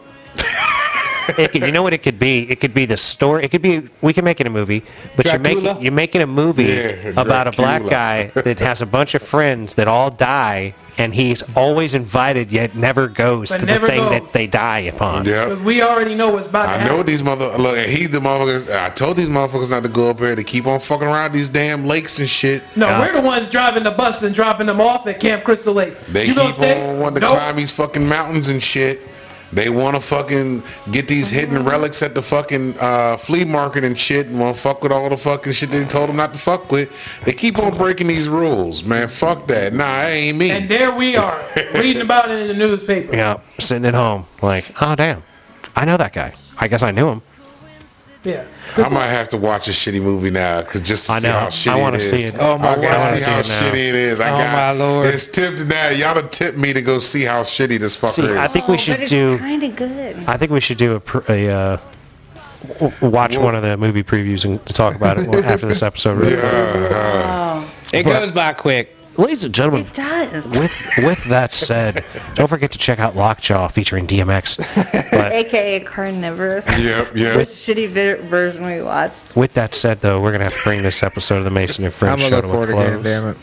Speaker 1: It could, you know what it could be? It could be the story. It could be we can make it a movie, but you're
Speaker 5: Dracula?
Speaker 1: making you're making a movie
Speaker 2: Yeah,
Speaker 1: about a black
Speaker 2: Dracula.
Speaker 1: guy that has a bunch of friends that all die, and he's always invited yet never goes
Speaker 3: But
Speaker 1: to
Speaker 3: never
Speaker 1: the thing that
Speaker 3: goes.
Speaker 1: they die upon.
Speaker 2: Yeah.
Speaker 3: Because we already know what's about to
Speaker 2: I
Speaker 3: happen.
Speaker 2: know these mother look. And he the motherfuckers. I told these motherfuckers not to go up there to keep on fucking around these damn lakes and shit.
Speaker 3: No,
Speaker 1: Yeah.
Speaker 3: we're the ones driving the bus and dropping them off at Camp Crystal Lake.
Speaker 2: They
Speaker 3: gonna
Speaker 2: keep on wanting to climb these fucking mountains and shit. They want to fucking get these hidden relics at the fucking uh, flea market and shit, and want to fuck with all the fucking shit they told them not to fuck with. They keep on breaking these rules, man. Fuck that. Nah, it ain't me.
Speaker 3: And there we are, reading about it in the newspaper.
Speaker 1: You know, sitting at home like, oh damn, I know that guy. I guess I knew him.
Speaker 3: Yeah.
Speaker 2: I might have to watch a shitty movie now, cause just to
Speaker 1: I
Speaker 2: see
Speaker 1: know.
Speaker 2: how
Speaker 1: I
Speaker 2: shitty
Speaker 1: wanna
Speaker 2: it is.
Speaker 1: see it.
Speaker 5: Oh my
Speaker 2: I
Speaker 5: God. I
Speaker 2: want
Speaker 5: wanna
Speaker 2: to see how
Speaker 1: see it now.
Speaker 2: shitty it is. I
Speaker 5: Oh
Speaker 2: got,
Speaker 5: my Lord.
Speaker 2: It's tipped now. Y'all done tipped me to go see how shitty this fucker
Speaker 1: See,
Speaker 2: is.
Speaker 1: I
Speaker 4: Oh,
Speaker 1: think we should do. um,
Speaker 4: kind of good.
Speaker 1: I think we should do a, pr- a uh, w- w- watch one of the movie previews and talk about it after this episode.
Speaker 5: It goes by quick.
Speaker 1: Ladies and gentlemen,
Speaker 4: It does.
Speaker 1: with with that said, don't forget to check out Lockjaw featuring DMX. But
Speaker 4: AKA Carnivorous.
Speaker 2: yep, yep.
Speaker 4: Which shitty vi- version we watched.
Speaker 1: with that said, though, we're gonna have to bring this episode of the Mason and
Speaker 5: I'm
Speaker 1: Friends
Speaker 5: gonna
Speaker 1: show
Speaker 5: look
Speaker 1: to a
Speaker 5: forward to getting
Speaker 1: close.
Speaker 5: it, damn it.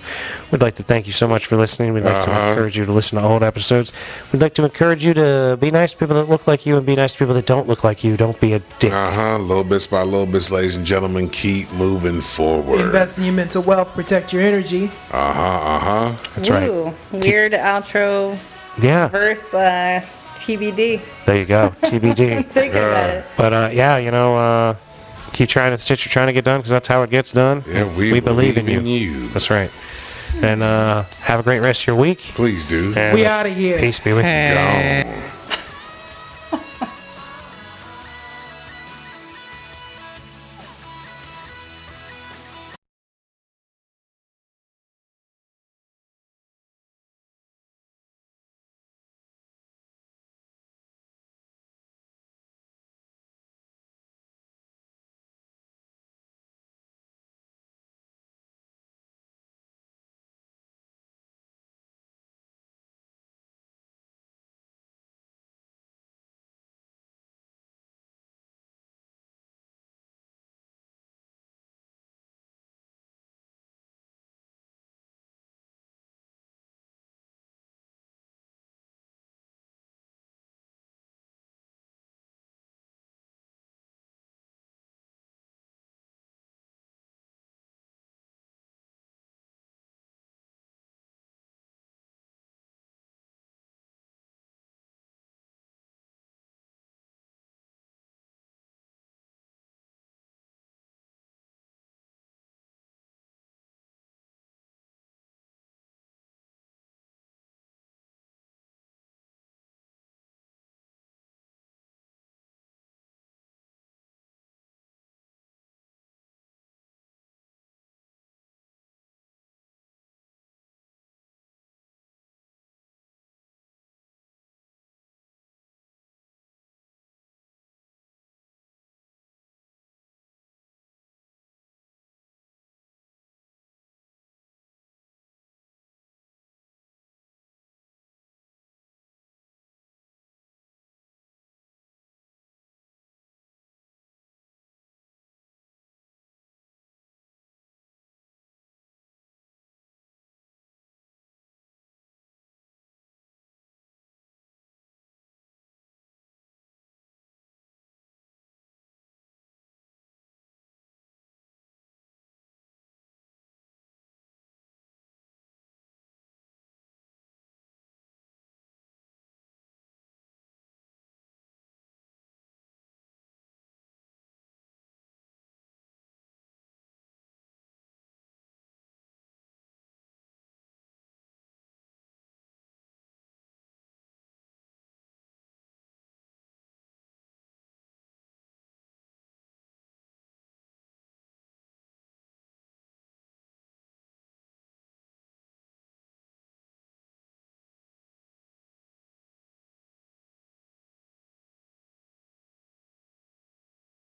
Speaker 1: We'd like to thank you so much for listening. We'd like to
Speaker 2: Uh-huh.
Speaker 1: encourage you to listen to old episodes. We'd like to encourage you to be nice to people that look like you and be nice to people that don't look like you. Don't be a dick.
Speaker 2: Uh huh. Little bits by little bits, ladies and gentlemen, keep moving forward. Uh
Speaker 3: Invest in your mental wealth, protect your energy.
Speaker 2: huh. Uh huh.
Speaker 1: That's right.
Speaker 4: Ooh, weird outro
Speaker 2: Uh-huh.
Speaker 1: Yeah,
Speaker 4: verse uh, TBD.
Speaker 1: there you go. TBD.
Speaker 4: Think about it.
Speaker 1: But uh, yeah, you know, uh, keep trying to stitch you're trying to get done because that's how it gets done.
Speaker 2: Yeah, we believe in you.
Speaker 1: That's right. And uh, have a great rest of your week.
Speaker 2: Please do.
Speaker 1: And,
Speaker 3: We
Speaker 1: uh,
Speaker 3: out of here.
Speaker 1: Peace be with you.
Speaker 2: Gone.